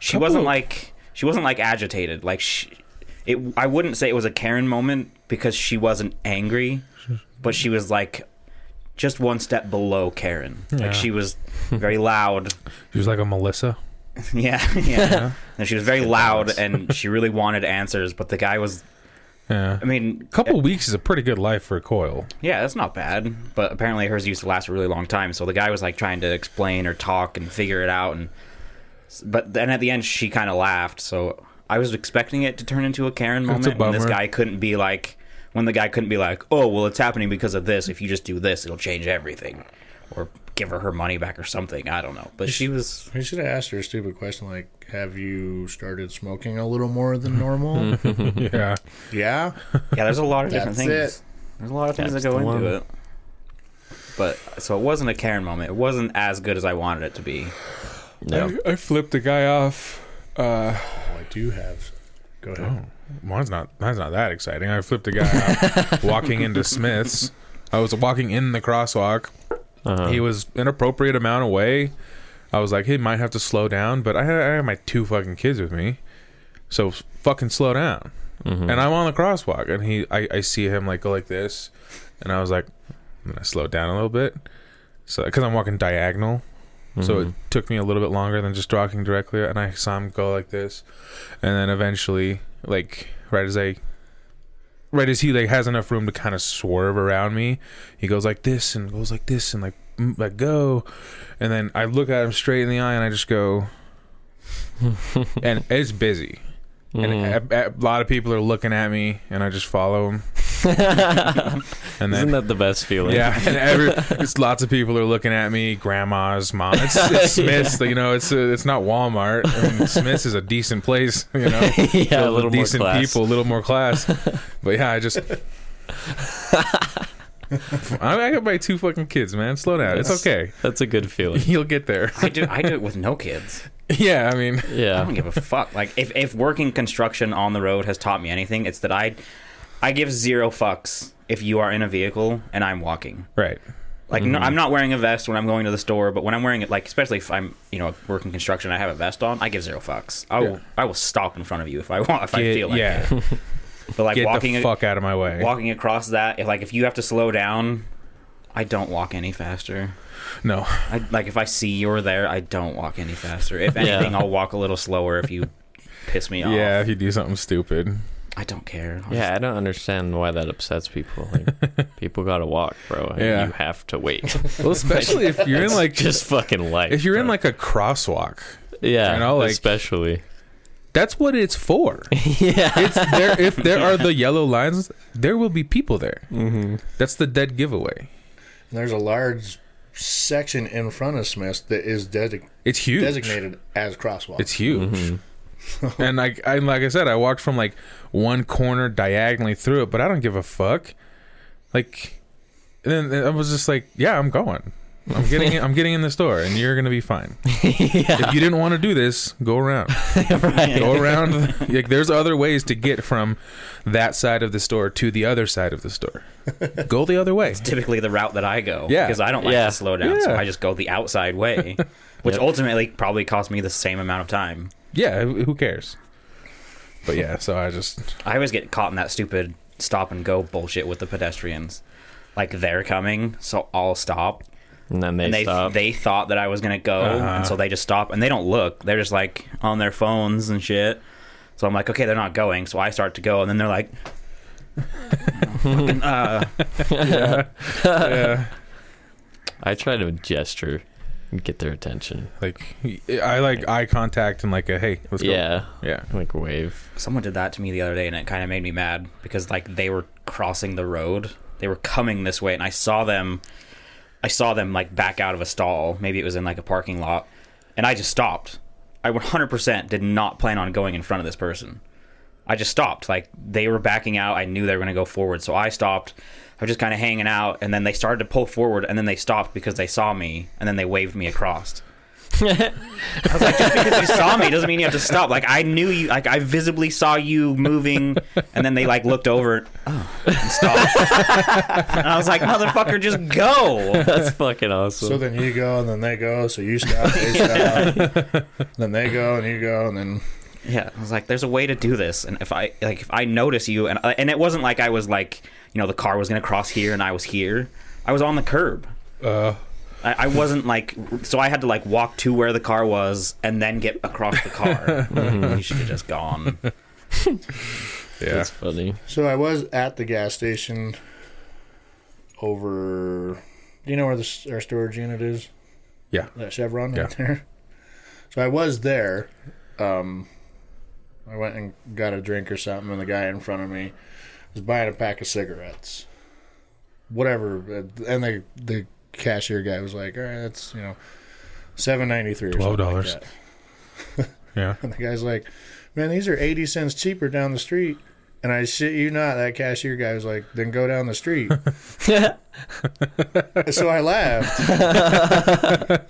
S4: she wasn't like she wasn't like agitated. Like she, it, I wouldn't say it was a Karen moment because she wasn't angry, but she was like just one step below Karen.
S2: Yeah.
S4: Like she was very loud.
S2: She was like a Melissa.
S4: Yeah, yeah. and she was very loud, and she really wanted answers. But the guy was,
S2: Yeah.
S4: I mean,
S2: A couple weeks is a pretty good life for a coil.
S4: yeah, that's not bad. But apparently, hers used to last a really long time. So the guy was like trying to explain or talk and figure it out, and but then at the end, she kind of laughed. So I was expecting it to turn into a Karen
S2: That's
S4: moment,
S2: a
S4: when this
S2: bummer.
S4: guy couldn't be like, when the guy couldn't be like, oh, well, it's happening because of this. If you just do this, it'll change everything, or give her her money back or something. I don't know. But she was.
S1: You should have asked her a stupid question like, "Have you started smoking a little more than normal?"
S2: Mm-hmm. Yeah.
S1: yeah,
S4: Yeah, there's a lot of different
S1: That's
S4: things.
S1: it.
S4: There's a lot of things
S3: That's
S4: that go
S3: the
S4: into
S3: one.
S4: it. But so it wasn't a Karen moment. It wasn't as good as I wanted it to be.
S3: Yeah.
S2: I, I flipped the guy off. Uh,
S1: well, "Oh, I do have. Go ahead.
S2: mine's not mine's not that exciting. I flipped a guy off walking into Smith's. I was walking in the crosswalk.
S3: Uh-huh.
S2: He was an appropriate amount away. I was like, he might have to slow down, but I had, I had my two fucking kids with me, so fucking slow down.
S3: Mm-hmm.
S2: And I'm on the crosswalk, and he, I, I see him like go like this, and I was like, and I slowed down a little bit, so because I'm walking diagonal, so it took me a little bit longer than just walking directly. And I saw him go like this, and then eventually, like right as I, right as he like has enough room to kind of swerve around me, he goes like this and goes like this and like mm, like go, and then I look at him straight in the eye and I just go, and it's busy.
S3: Mm.
S2: And a, a lot of people are looking at me, and I just follow them. and then
S3: Isn't that the best feeling?
S2: yeah, and every, it's lots of people are looking at me. Grandmas, mom. It's, it's Smith's. You know, it's a, it's not Walmart. I mean, Smith's is a decent place. You know,
S3: yeah,
S2: Filled
S3: a
S2: with
S3: little more
S2: decent
S3: class.
S2: people, a little more class. but yeah, I just. I, I got my two fucking kids, man. Slow down. It's okay.
S3: That's a good feeling.
S2: You'll get there.
S4: I do I do it with no kids.
S2: Yeah, I mean,
S4: I don't
S3: Yeah.
S4: give a fuck. Like if, if working construction on the road has taught me anything, it's that I I give zero fucks if you are in a vehicle and I'm walking.
S2: right.
S4: Like
S2: Mm-hmm.
S4: no, I'm not wearing a vest when I'm going to the store, but when I'm wearing it, like especially if I'm you know working construction, I have a vest on. I give zero fucks. I will
S2: Yeah.
S4: I will stop in front of you if I want if I
S2: Get-
S4: feel like it.
S2: yeah,
S4: But like
S2: get
S4: walking
S2: the
S4: a-
S2: fuck out of my way.
S4: walking across that if like if you have to slow down i don't walk any faster
S2: no,
S4: I, like if i see you're there i don't walk any faster if anything i'll walk a little slower if you piss me off
S2: yeah, if you do something stupid,
S4: i don't care I'll
S3: Yeah, I don't understand why that upsets people. Like, people gotta walk, bro. and
S2: Yeah.
S3: You have to wait.
S2: well, especially if you're in like
S3: Just fucking life.
S2: if you're in
S3: bro.
S2: like a crosswalk.
S3: yeah,
S2: you know, like-
S3: especially.
S2: That's what it's for. yeah. It's there if there are the yellow lines, there will be people there. Mm-hmm. That's the dead giveaway.
S1: And there's a large section in front of Smith's that is desig-
S2: It's huge.
S1: designated as crosswalk.
S2: It's huge.
S3: Mm-hmm.
S2: and like I like I said, I walked from like one corner diagonally through it, but I don't give a fuck. Like and then then I was just like, yeah, I'm going. I'm getting in, I'm getting in the store and you're going to be fine. If you didn't want to do this, go around. Go around. Like there's other ways to get from that side of the store to the other side of the store. Go the other way.
S4: typically the route that i go
S2: Yeah.
S4: because i don't like
S3: Yeah.
S4: to slow down so
S2: Yeah.
S4: i just go the outside way which ultimately probably cost me the same amount of time
S2: Yeah, who who cares? But yeah, so I just
S4: i always get caught in that stupid stop and go bullshit with the pedestrians like they're coming so i'll stop
S3: And then they
S4: and they
S3: stop.
S4: they thought that I was gonna go, and so they just stop and they don't look. They're just like on their phones and shit. So I'm like, okay, they're not going. So I start to go, and then they're like, fucking, uh,
S2: yeah,
S3: I try to gesture and get their attention.
S2: like I like eye contact and like a hey, let's go.
S3: Yeah.
S2: yeah,
S3: Like wave.
S4: someone did that to me the other day, and it kind of made me mad because like they were crossing the road, they were coming this way, and I saw them. I saw them like back out of a stall. Maybe it was in like a parking lot, and I just stopped. I 100% did not plan on going in front of this person. I just stopped. Like they were backing out. I knew they were going to go forward, so I stopped. I was just kind of hanging out, and then they started to pull forward, and then they stopped because they saw me, and then they waved me across. I was like, just because you saw me doesn't mean you have to stop. Like I knew you. Like I visibly saw you moving, and then they like looked over oh, and stopped. and I was like, motherfucker, just go.
S3: That's fucking awesome.
S1: so then you go, and then they go. So you stop, they stop. then they go, and you go, and then
S4: Yeah, I was like, "There's a way to do this," and if I like, if I notice you, and uh, and it wasn't like I was like, you know, the car was gonna cross here and I was here. I was on the curb.
S2: uh,
S4: I, I wasn't like so I had to like walk to where the car was and then get across the car. You should have just gone.
S2: Yeah.
S3: That's funny.
S1: So I was at the gas station over. Do you know where the, our storage unit is?
S2: Yeah.
S1: That Chevron right
S2: Yeah.
S1: there. So I was there. Um, I went and got a drink or something, and the guy in front of me was buying a pack of cigarettes. Whatever. uh, And the, the cashier guy was like, all right, that's, you know, seven ninety three.
S2: $12. Yeah.
S1: And the guy's like, "Man, these are eighty cents cheaper down the street." And I shit you not, that cashier guy was like, "Then go down the street." so I laughed.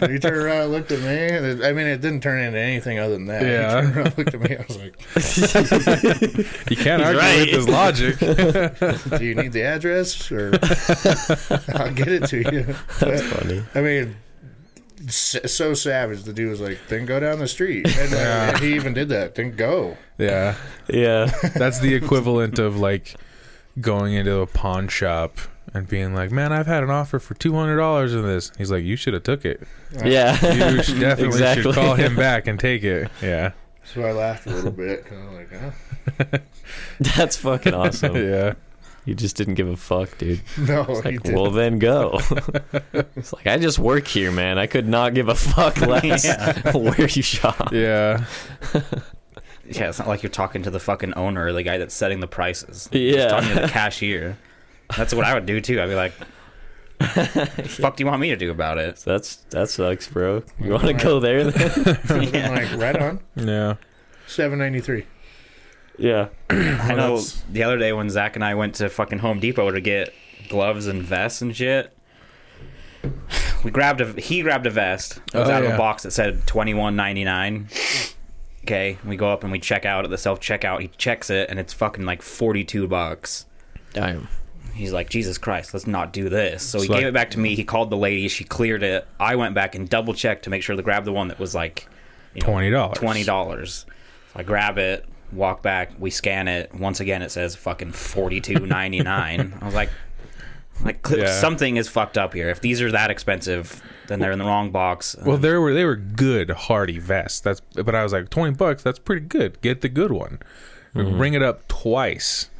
S1: And he turned around, and looked at me. and it- I mean, it didn't turn into anything other than that.
S2: Yeah.
S1: He turned around, and looked at me. I was like,
S2: You can't argue
S3: right.
S2: with his logic.
S1: "Do you need the address, or I'll get it to you?" But,
S3: Funny.
S1: I mean. s- So savage, the dude was like, "Then go down the street," and uh,
S2: Yeah.
S1: he even did that. Then go.
S2: Yeah.
S3: Yeah.
S2: That's the equivalent of like going into a pawn shop and being like, "Man, I've had an offer for two hundred dollars in this." He's like, "You should have took it.
S3: Yeah.
S2: You should definitely
S3: Exactly.
S2: should call him back and take it." Yeah,
S1: So I laughed a little bit. 'cause I'm like, huh?
S3: That's fucking awesome.
S2: yeah,
S3: You just didn't give a fuck, dude.
S1: No,
S3: It's
S1: he
S3: like,
S1: didn't.
S3: well, then go. it's like, I just work here, man. I could not give a fuck less where you shop.
S2: yeah,
S4: Yeah, it's not like you're talking to the fucking owner or the guy that's setting the prices. You're
S3: Yeah.
S4: just talking to the cashier. That's what I would do too. I'd be like, "Fuck, do you want me to do about it?"
S3: So that's that sucks, bro. You want to go there? Then?
S1: I've been like, right on.
S2: yeah.
S1: Seven ninety three.
S3: Yeah.
S4: I know
S2: that's-
S4: the other day when Zach and I went to fucking Home Depot to get gloves and vests and shit. We grabbed a he grabbed a vest. It was
S2: Oh,
S4: out of
S2: yeah.
S4: a box that said twenty one ninety nine. Okay, we go up and we check out at the self checkout. He checks it and it's fucking like forty two bucks.
S3: Damn.
S4: He's like, Jesus Christ, let's not do this. So he
S2: So
S4: gave
S2: I-
S4: it back to me. He called the lady. She cleared it. I went back and double checked to make sure to grab the one that was like you know,
S2: $20.
S4: Twenty dollars. So I grab it, walk back. We scan it. Once again, it says fucking forty two ninety nine. I was like, like cl-
S2: Yeah.
S4: something is fucked up here. If these are that expensive, then they're in the wrong box.
S2: Well, there were they were good hardy vests. That's but I was like twenty bucks. That's pretty good. Get the good one. Bring it up twice,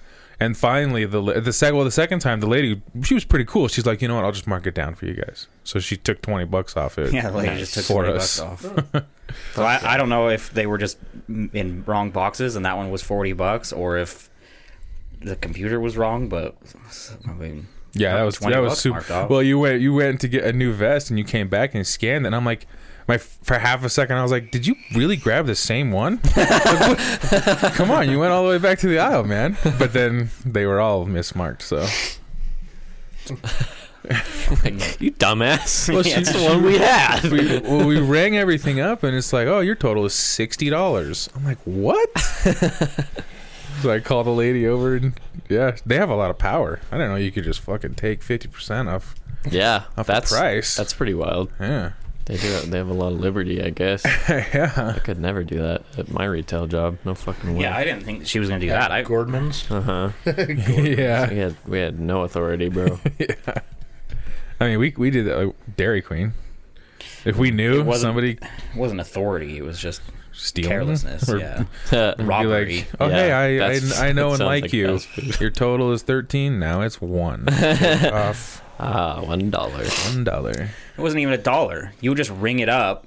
S2: and finally the la- the second well the second time the lady she was pretty cool. She's like, you know what? I'll just mark it down for you guys. So she took twenty bucks off it.
S4: yeah, the lady just took
S2: For
S4: forty
S2: us.
S4: bucks off. so I, I don't know if they were just in wrong boxes and that one was forty bucks, or if the computer was wrong. But I mean,
S2: Yeah,
S4: Up
S2: that was
S4: 20
S2: that was
S4: bucks
S2: super.
S4: marked off.
S2: Well, you went you went to get a new vest and you came back and scanned it. And I'm like, my for half a second I was like, did you really grab the same one? Like, what- Come on, you went all the way back to the aisle, man. But then they were all mismarked. So
S3: You dumbass.
S2: Well,
S3: That's
S2: she-
S3: the one we had.
S2: we well, we rang everything up and it's like, oh, your total is sixty dollars. I'm like, what? so I called the lady over and yeah, they have a lot of power. I don't know. You could just fucking take fifty percent off
S3: Yeah.
S2: off
S3: That's
S2: the price.
S3: that's pretty wild.
S2: yeah,
S3: They do. They have a lot of liberty, I guess. I
S2: yeah.
S3: could never do that at my retail job. No fucking way.
S4: yeah, I didn't think she was gonna do that. I,
S1: Gordman's.
S3: Uh huh.
S2: yeah.
S3: We had we had no authority, bro.
S2: I mean, we we did that like Dairy Queen. If we
S4: It
S2: knew
S4: wasn't-
S2: somebody
S4: it wasn't authority. It was just
S2: stealing,
S4: carelessness.
S2: or-
S4: yeah,
S2: we'd be
S4: robbery.
S2: like, oh
S3: Yeah,
S2: hey,
S3: that's-
S2: I, I I know
S3: that
S2: and
S3: sounds
S2: like,
S3: like
S2: you.
S3: fast food.
S2: Your total is thirteen. Now it's one. off
S3: Ah, one dollar.
S2: one dollar.
S4: it wasn't even a dollar. You would just ring it up.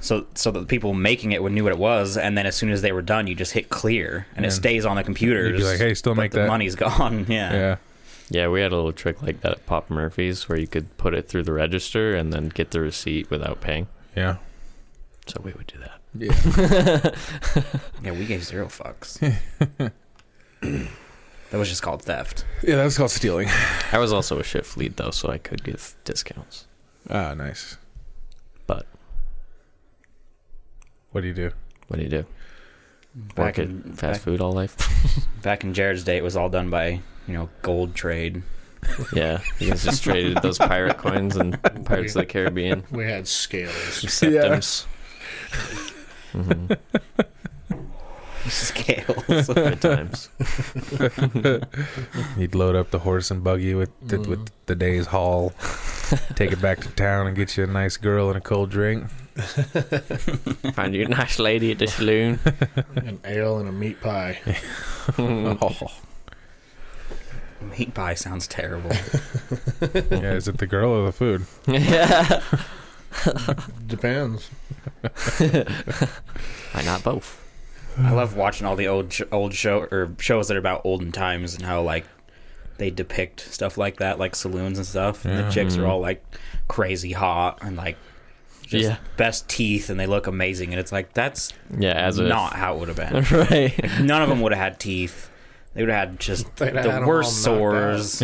S4: So, so that the people making it would knew what it was, and then as soon as they were done, you just hit clear, and it
S2: And
S4: stays on the computer.
S2: You'd be like, hey, still
S4: but
S2: make
S4: the
S2: that.
S4: money's gone. Yeah,
S2: Yeah.
S3: Yeah, we had a little trick like that at Pop Murphy's where you could put it through the register and then get the receipt without paying.
S2: Yeah.
S3: So we would do that.
S2: Yeah.
S4: Yeah, we gave zero fucks. that was just called theft.
S2: yeah. That's called stealing.
S3: I was also a shift lead though, so I could give discounts.
S2: Ah, nice.
S3: But
S2: What do you do?
S3: what do you do?
S4: Back
S3: Work at
S4: in,
S3: fast
S4: back,
S3: food all life?
S4: back in Jared's day, it was all done by you know gold trade.
S3: yeah, you guys just traded those pirate coins and Pirates of the Caribbean
S1: We had scales.
S3: septums. Mm-hmm.
S4: Scales.
S3: Good times.
S2: You'd load up the horse and buggy with the, with the day's haul. Take it back to town and get you a nice girl and a cold drink.
S3: Find you a nice lady at the saloon.
S1: An ale and a meat pie.
S2: Oh.
S4: Meat pie sounds terrible.
S2: yeah, is it the girl or the food?
S3: yeah.
S1: Depends.
S3: Why not both?
S4: I love watching all the old sh- old show or shows that are about olden times and how like they depict stuff like that, like saloons and stuff. And
S2: Yeah.
S4: the chicks
S3: Mhm.
S4: are all like crazy hot and like just
S3: Yeah.
S4: best teeth, and they look amazing. And it's like that's
S3: Yeah, as a
S4: not how it would have been.
S3: right.
S4: None of them would have had teeth. They would have had just
S1: They'd have had 'em
S4: the
S1: all
S4: worst
S1: knocked out.
S4: sores.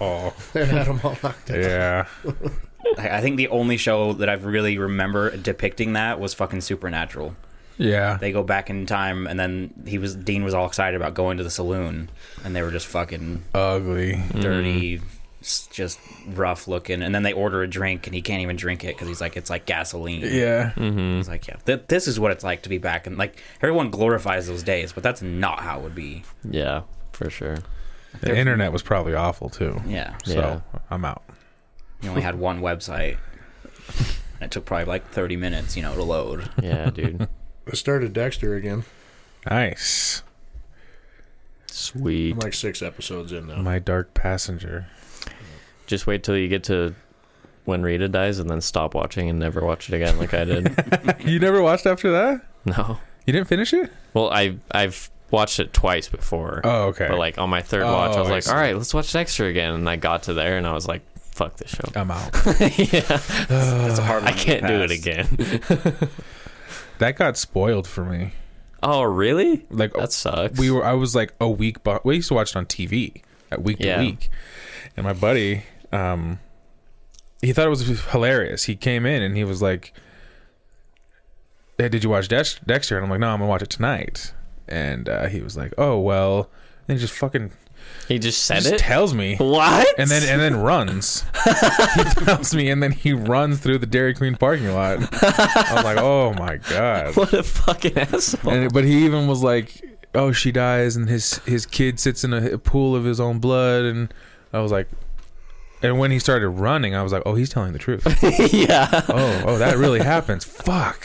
S2: Oh,
S1: They had them all locked up.
S2: yeah.
S4: Like, I think the only show that I really remember depicting that was fucking Supernatural.
S2: Yeah.
S4: They go back in time, and then he was Dean was all excited about going to the saloon, and they were just fucking
S2: Ugly.
S4: dirty, s just rough looking. And then they order a drink, and he can't even drink it because he's like, it's like gasoline.
S2: Yeah.
S3: Mm-hmm.
S4: He's like, yeah, th- this is what it's like to be back. And like, everyone glorifies those days, but that's not how it would be.
S3: Yeah, for sure.
S2: The internet was probably awful too.
S4: Yeah.
S2: So
S3: Yeah.
S2: I'm out.
S4: You only had one website. And it took probably like 30 minutes, you know, to load.
S3: Yeah, dude.
S1: I started Dexter again.
S2: Nice.
S3: Sweet.
S1: I'm like six episodes in now.
S2: My dark passenger.
S3: Just wait till you get to when Rita dies and then stop watching and never watch it again like I did.
S2: you never watched after that?
S3: no.
S2: You didn't finish it?
S3: Well, I I've watched it twice before.
S2: Oh, okay.
S3: But like on my third watch, I
S2: Oh,
S3: was
S2: I
S3: like,
S2: see.
S3: "All right, let's watch Dexter again." And I got to there, and I was like, "Fuck this show!
S2: I'm out.
S3: yeah,
S4: That's a hard
S3: I
S4: one to get
S3: can't do it
S4: past.
S3: again."
S2: That got spoiled for me.
S3: oh, really?
S2: Like
S3: That sucks.
S2: we were I was like a week but we used to watch it on TV at week
S3: Yeah.
S2: to week. And my buddy, um he thought it was hilarious. He came in and he was like Hey, did you watch Dex- Dexter? And I'm like, No, I'm gonna watch it tonight. And uh, he was like, Oh well and he just fucking
S3: He just said
S2: just
S3: it.
S2: tells me
S3: what?
S2: and then and then runs. he tells me, and then he runs through the Dairy Queen parking lot. I'm like, oh my god!
S3: what a fucking asshole!
S2: And but he even was like, oh, she dies, and his his kid sits in a, a pool of his own blood, and I was like. And when he started running, I was like, "Oh, he's telling the truth.
S3: yeah.
S2: Oh, oh, that really happens. Fuck.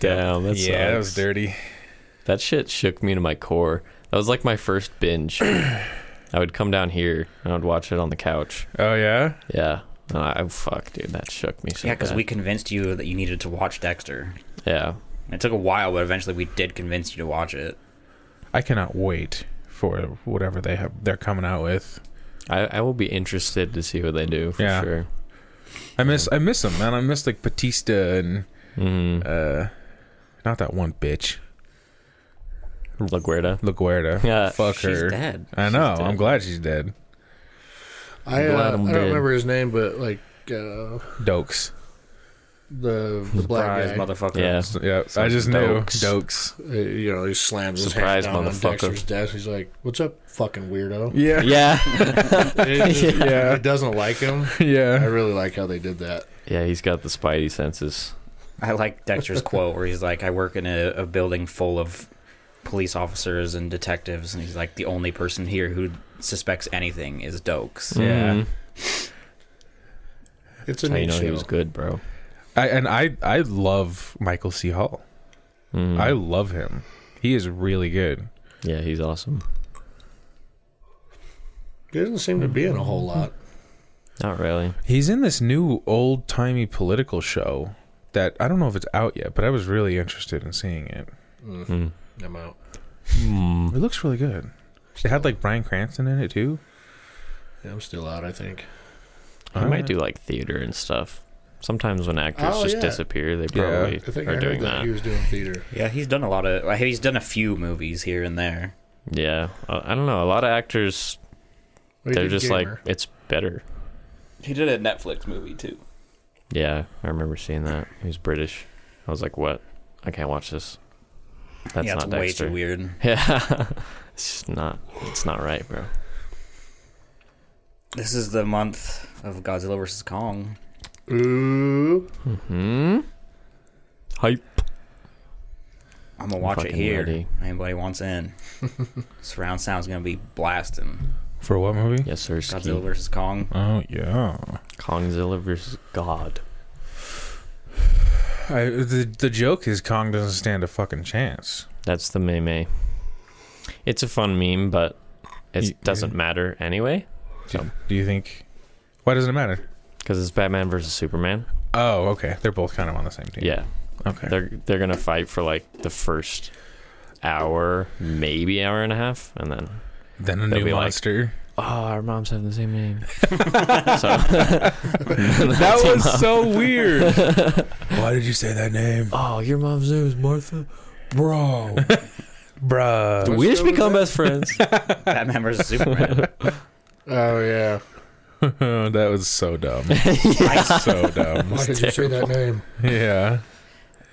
S3: Damn. That
S2: yeah, that was
S3: sucks.
S2: dirty.
S3: That shit shook me to my core. That was like my first binge. I would come down here and I would watch it on the couch.
S2: Oh yeah,
S3: Yeah. And I oh, fuck, dude, that shook me so
S4: Yeah, because
S3: bad.
S4: we convinced you that you needed to watch Dexter.
S3: Yeah.
S4: And It took a while, but eventually we did convince you to watch it.
S2: I cannot wait for whatever they have. They're coming out with.
S3: I, I will be interested to see what they do for
S2: Yeah.
S3: sure.
S2: I miss, I miss them, man. I miss like Batista and
S3: Mm.
S2: uh, not that one bitch,
S3: LaGuardia.
S2: LaGuardia.
S3: Yeah.
S2: fuck
S4: She's
S2: her.
S4: dead.
S2: I know.
S3: dead.
S2: I'm glad she's dead.
S1: I,
S3: I'm
S1: uh,
S3: glad I'm
S1: I
S3: dead.
S1: don't remember his name, but like uh,
S2: Dokes.
S1: the, the black guy,
S4: Surprise, motherfucker.
S3: Yeah.
S2: Yeah, I just knew
S3: Dokes.
S2: Dokes.
S1: uh, you know, he slams his
S3: Surprise,
S1: hand down on
S3: motherfucker.
S1: Dexter's desk. He's like, "What's up, fucking weirdo?"
S2: Yeah,
S3: Yeah.
S1: It just-
S2: Yeah.
S1: it doesn't like him. I
S2: yeah.
S1: really like how they did that.
S3: yeah, he's got the spidey senses.
S4: I like Dexter's quote where he's like, I work in a, a building full of police officers and detectives, and he's like, the only person here who suspects anything is Dokes.
S2: Yeah.
S3: Mm.
S1: It's a
S3: That's how you
S1: neat
S3: know
S1: show.
S3: he was good, bro.
S2: I, and I, I love Michael C. Hall.
S3: Mm.
S2: I love him. He is really good.
S3: yeah, he's awesome.
S1: He doesn't seem to be in a whole lot.
S3: Not really.
S2: He's in this new old timey political show that I don't know if it's out yet, but I was really interested in seeing it.
S3: Mm. Hmm.
S1: I'm out.
S2: It looks really good. It had like Brian Cranston in it too.
S1: Yeah, I'm still out. I think.
S3: I might do like theater and stuff. Sometimes when actors
S1: Oh,
S3: just
S1: yeah.
S3: disappear, they
S2: Yeah.
S3: probably
S1: I think I
S3: are
S1: heard
S3: doing
S1: that
S3: that.
S1: he was doing theater. Oh,
S4: Yeah, he's done a lot of, like, he's done a few movies here and there.
S3: Yeah, Uh, I I don't know. A lot of actors,
S1: Well, he
S3: they're
S1: did
S3: just like
S1: Gamer.
S3: it's better.
S4: He did a Netflix movie, too.
S3: Yeah, I remember seeing that. He was British. I was like, what? I can't watch this. That's
S4: yeah, it's
S3: not
S4: way
S3: Dexter.
S4: too weird.
S3: Yeah, it's just not. It's not right, bro.
S4: This is the month of Godzilla vs. Kong.
S1: ooh.
S3: Hmm. Hype.
S4: I'm gonna watch it
S3: fucking
S4: here.
S3: ready.
S4: Anybody wants in. Surround sound's gonna be blasting.
S2: For what movie?
S3: Yes, sir.
S4: Godzilla
S3: Ski.
S4: versus Kong.
S2: Oh yeah.
S3: Kongzilla versus God.
S2: I, the the joke is Kong doesn't stand a fucking chance.
S3: That's the meme. It's a fun meme, but it
S2: You-
S3: doesn't matter anyway
S2: Do you think? Why doesn't it matter?
S3: because it's Batman versus Superman.
S2: Oh, okay. They're both kind of on the same team.
S3: Yeah,
S2: Okay.
S3: they're they're gonna fight for like the first hour, maybe hour and a half, and then
S2: then a
S3: they'll
S2: new
S3: be like-
S2: monster.
S3: oh, our moms have the same name.
S2: that was so weird. Why did you say that name,
S3: Oh, your mom's name is Martha.
S2: bro? Bruh.
S3: we just become best friends.
S4: Batman versus Superman.
S1: Oh yeah.
S2: that was so dumb.
S4: I,
S2: So dumb.
S1: Why did you say that name?
S2: yeah.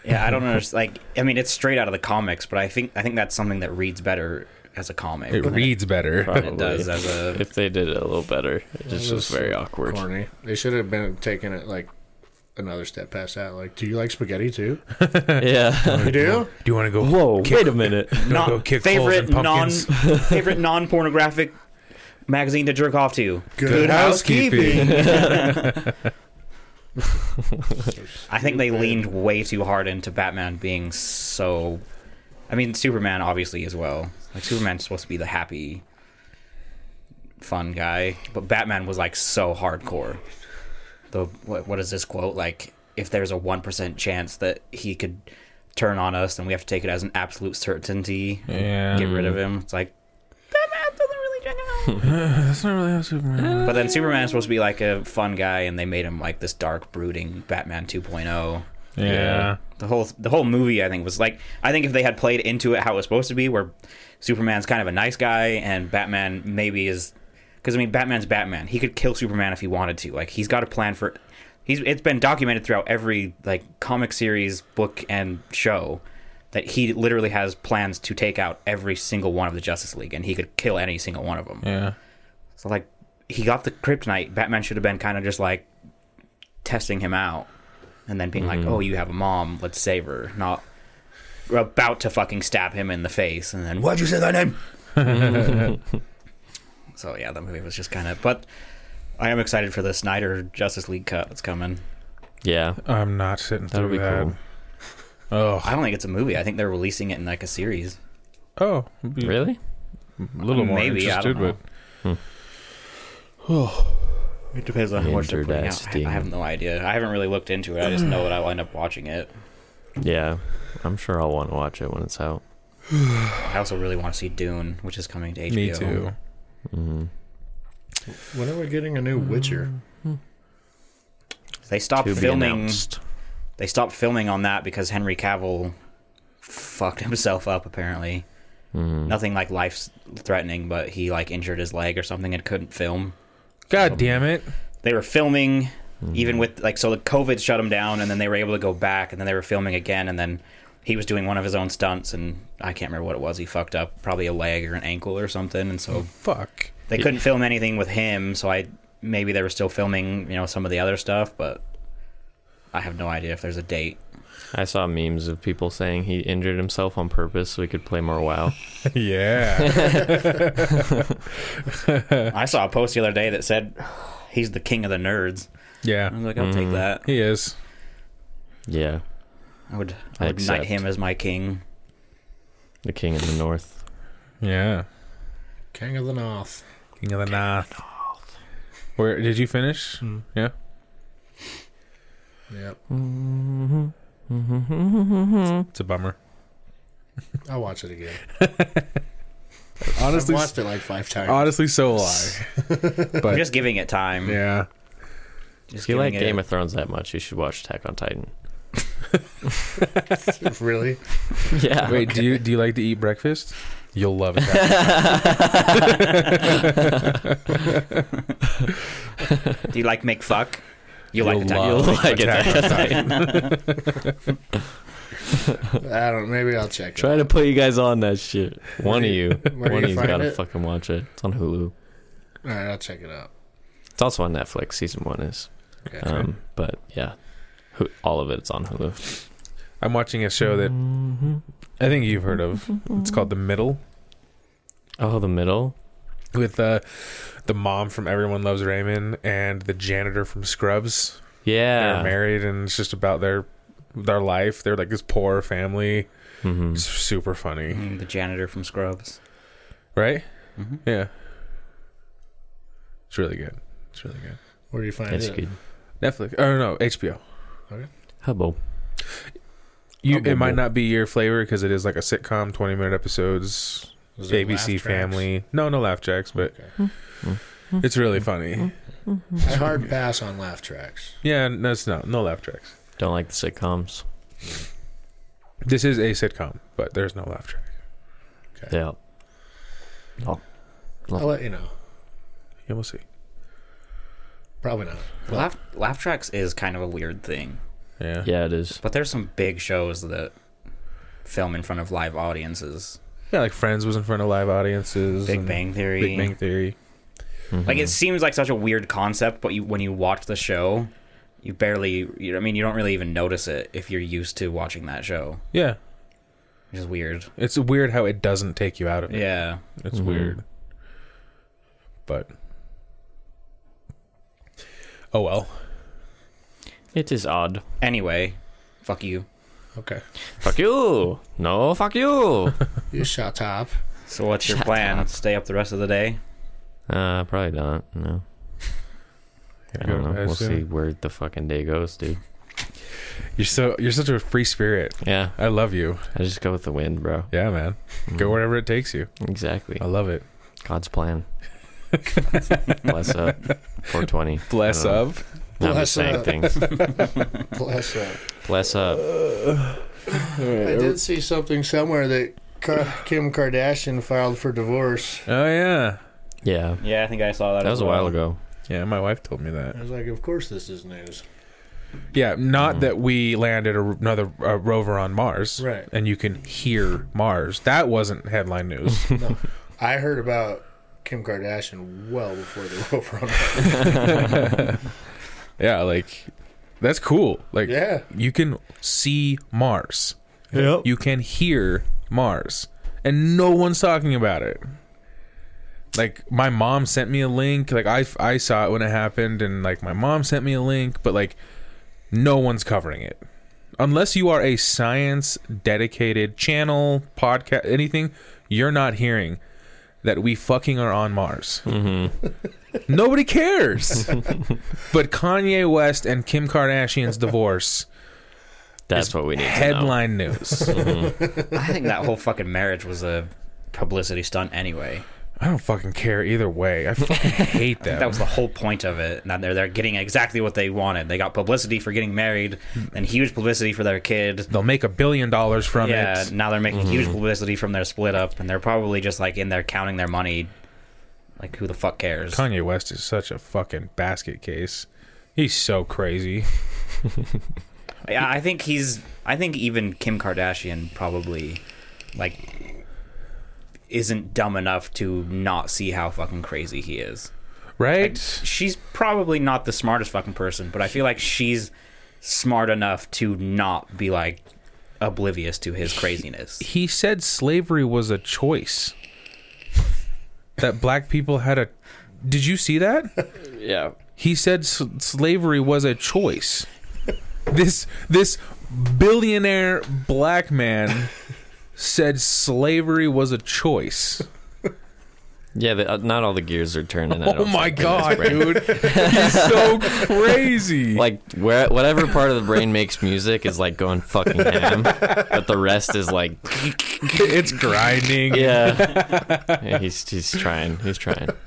S4: yeah, I don't understand. Like, I mean, it's straight out of the comics, but I think I think that's something that reads better as a comic.
S2: It
S4: than
S2: reads better.
S4: it does as a.
S3: If they did it a little better, it just was very awkward.
S1: Corny. They should have been taking it like another step past that. Like, do you like spaghetti too?
S3: Yeah.
S1: You do?
S2: Do you want to go?
S3: Whoa, wait a minute.
S2: Don't
S4: non,
S2: go kick
S4: favorite
S2: holes in
S4: non
S2: pumpkins.
S4: favorite non pornographic magazine to jerk off to.
S1: Good,
S4: I think they leaned way too hard into Batman being so. I mean, Superman obviously as well. Like Superman's supposed to be the happy, fun guy, but Batman was like so hardcore. The what, what is this quote? Like, if there's a one percent chance that he could turn on us, then we have to take it as an absolute certainty.
S2: Yeah.
S4: Get rid of him. It's like Batman doesn't really check it out.
S2: That's not really how Superman.
S4: But then Superman's supposed to be like a fun guy, and they made him like this dark, brooding Batman oh. 2.0.
S2: Yeah.
S4: The whole the whole movie, I think, was like I think if they had played into it how it was supposed to be, where Superman's kind of a nice guy and Batman maybe is because I mean Batman's Batman. He could kill Superman if he wanted to. Like he's got a plan for. He's it's been documented throughout every like comic series, book, and show that he literally has plans to take out every single one of the Justice League, and he could kill any single one of them.
S2: Yeah.
S4: So like he got the kryptonite. Batman should have been kind of just like testing him out, and then being like, "Oh, you have a mom. Let's save her." Not we're about to fucking stab him in the face, and then why'd you say that name? so yeah, that movie was just kind of. But I am excited for the Snyder Justice League cut that's coming.
S3: Yeah.
S2: I'm not sitting
S3: That'll
S2: through
S3: be
S2: that.
S3: cool.
S2: Oh.
S4: I don't think it's a movie. I think they're releasing it in like a series.
S2: Oh. I'd be
S3: Really?
S2: A little more
S4: Maybe, I don't
S2: interested, but
S4: It depends on how much they're putting out. I-
S3: Interesting.
S4: I have no idea. I haven't really looked into it. I just know that I'll end up watching it.
S3: Yeah. I'm sure I'll want to watch it when it's out.
S4: I also really want to see Dune, which is coming to HBO.
S2: me too.
S3: Mm-hmm.
S1: When are we getting a new
S3: Mm.
S1: Witcher?
S4: They stopped
S3: To be
S4: filming.
S3: announced.
S4: They stopped filming on that because Henry Cavill fucked himself up. Apparently,
S3: Hmm. Mm-hmm.
S4: nothing like life threatening, but he like injured his leg or something and couldn't film.
S2: God damn it.
S4: They were filming
S3: Hmm.
S4: even with like so the COVID shut him down, and then they were able to go back, and then they were filming again, and then he was doing one of his own stunts, and I can't remember what it was. He fucked up probably a leg or an ankle or something, and
S3: Hmm.
S4: so
S2: Fuck.
S4: they couldn't film anything with him, so I maybe they were still filming, you know, some of the other stuff, but I have no idea if there's a date.
S3: I saw memes of people saying he injured himself on purpose so he could play more WoW.
S2: yeah.
S4: I saw a post the other day that said he's the king of the nerds. I
S2: Yeah.
S4: was like, I'll
S3: Mm-hmm.
S4: take that.
S2: He is.
S3: yeah.
S4: I would
S3: I
S4: I would knight
S3: accept.
S4: him as my king.
S3: The King in the North.
S2: Yeah.
S1: King of the North.
S2: King of the North. Where did you finish?
S3: Hmm.
S2: Yeah.
S1: Yep.
S2: It's a bummer.
S1: I'll watch it again. I've
S2: Honestly,
S1: watched it like five times.
S2: honestly, so will I.
S4: I'm
S2: but
S4: just giving it time.
S2: yeah,
S4: Just
S3: If you like
S4: giving it-
S3: Game of Thrones that much, you should watch Attack on Titan.
S1: really?
S3: Yeah.
S2: Wait, do you do you like to eat breakfast? You'll love it.
S4: Do you like make fuck? You
S2: You'll
S4: like the
S2: love-
S4: time.
S3: You'll like it.
S2: Attack
S1: I don't. Maybe I'll check.
S3: Try
S1: it.
S3: to put you guys on that shit. One of you.
S1: Where do
S3: One
S1: you
S3: of you's
S1: find
S3: gotta
S1: it?
S3: fucking watch it. It's on Hulu.
S1: All right, I'll check it out.
S3: It's also on Netflix. Season one is.
S1: Okay.
S3: Um, but yeah, Hu- all of it's on Hulu.
S2: I'm watching a show that
S3: Mm-hmm.
S2: I think you've heard of. It's called The Middle.
S3: Oh, the middle.
S2: with uh, the mom from Everyone Loves Raymond and the janitor from Scrubs. They're
S3: Yeah.
S2: married, and it's just about their their life. They're like this poor family.
S3: hmm
S2: It's super funny,
S4: Mm, The janitor from Scrubs.
S2: right?
S4: Mhm.
S2: Yeah, it's really good. It's really good.
S1: Where do you find
S3: That's
S1: it?
S3: good.
S2: Netflix. Oh no, HBO.
S3: Hubble.
S2: You,
S1: Hubble.
S2: it might not be your flavor because it is like a sitcom, twenty minute episodes.
S1: Is there
S2: ABC
S1: laugh tracks?
S2: Family. No, no laugh jacks, but
S1: Okay.
S2: it's really funny.
S1: I hard pass on laugh tracks.
S2: Yeah, no, it's not. No laugh tracks.
S3: Don't like the sitcoms.
S2: This is a sitcom, but there's no laugh track.
S3: Yeah.
S1: I'll let you know.
S2: Yeah, we'll see.
S1: Probably not.
S4: Laugh, laugh tracks is kind of a weird thing,
S2: Yeah.
S3: Yeah, it is.
S4: but there's some big shows that film in front of live audiences.
S2: Yeah, like Friends was in front of live audiences.
S4: Big
S2: and
S4: Bang Theory.
S2: Big Bang Theory.
S4: Like it seems like such a weird concept, but you when you watch the show, you barely. You, I mean, you don't really even notice it if you're used to watching that show,
S2: Yeah.
S4: which is weird.
S2: It's weird how it doesn't take you out of it.
S4: Yeah,
S2: It's
S3: Mhm.
S2: weird. But Oh well.
S3: It is odd.
S4: Anyway, fuck you.
S1: Okay.
S3: Fuck you. No, fuck you.
S1: You shut up.
S4: So what's your plan? Stay up the rest of the day?
S3: Uh, probably not. No. I don't know.
S2: I
S3: We'll
S2: assume.
S3: see where the fucking day goes, dude.
S2: You're so you're such a free spirit.
S3: Yeah,
S2: I love you.
S3: I just go with the wind, bro. Mm-hmm.
S2: Yeah, man. Go Oh. wherever it takes you.
S3: Exactly.
S2: I love it.
S3: God's plan. Bless up. 420.
S2: Bless
S3: I don't
S2: up.
S3: know. I'm
S1: Bless
S3: just saying
S1: up.
S3: things.
S1: Bless up.
S3: Bless up.
S2: Uh,
S1: I did see something somewhere that Ka- Kim Kardashian filed for divorce.
S2: Oh yeah.
S3: Yeah.
S4: Yeah, I think I saw that.
S3: That
S4: as
S3: was a
S4: well.
S3: while ago.
S2: Yeah, my wife told me that.
S1: I was like, of course this is news.
S2: Yeah, not that we landed a, another a rover on Mars,
S1: Right.
S2: And you can hear Mars. That wasn't headline news.
S1: No, I heard about Kim Kardashian well before the rover. on Mars.
S2: yeah, like that's cool. Like
S1: Yeah.
S2: you can see Mars.
S1: Yep.
S2: You can hear Mars, and no one's talking about it. Like my mom sent me a link. Like I I saw it when it happened, and like my mom sent me a link, but like no one's covering it. Unless you are a science dedicated channel, podcast, anything, you're not hearing that we fucking are on Mars. Nobody cares. but Kanye West and Kim Kardashian's divorce
S3: That's what we need
S2: headline news.
S4: I think that whole fucking marriage was a publicity stunt anyway.
S2: I don't fucking care either way. I fucking hate them.
S4: That was the whole point of it. Now they're they're getting exactly what they wanted. They got publicity for getting married, and huge publicity for their kid.
S2: They'll make a billion dollars from
S4: yeah,
S2: it. Mm-hmm.
S4: now they're making huge publicity from their split up, and they're probably just like in there counting their money. Like who the fuck cares?
S2: Kanye West is such a fucking basket case. He's so crazy.
S4: Yeah, I think he's. I think even Kim Kardashian probably, like, isn't dumb enough to not see how fucking crazy he is.
S2: Right?
S4: She's probably not the smartest fucking person, but I feel like she's smart enough to not be like oblivious to his craziness.
S2: he said slavery was a choice. that black people had a Did you see that?
S3: to know. Yeah.
S2: He said s- slavery was a choice. This this billionaire black man said slavery was a choice.
S3: Yeah, the, uh, not all the gears are turning. I
S2: Oh
S3: don't
S2: my
S3: think, in this
S2: god,
S3: brain.
S2: dude. He's so crazy.
S3: Like where, whatever part of the brain makes music is like going fucking ham, but the rest is like,
S2: it's grinding.
S3: yeah. yeah he's he's trying. He's trying.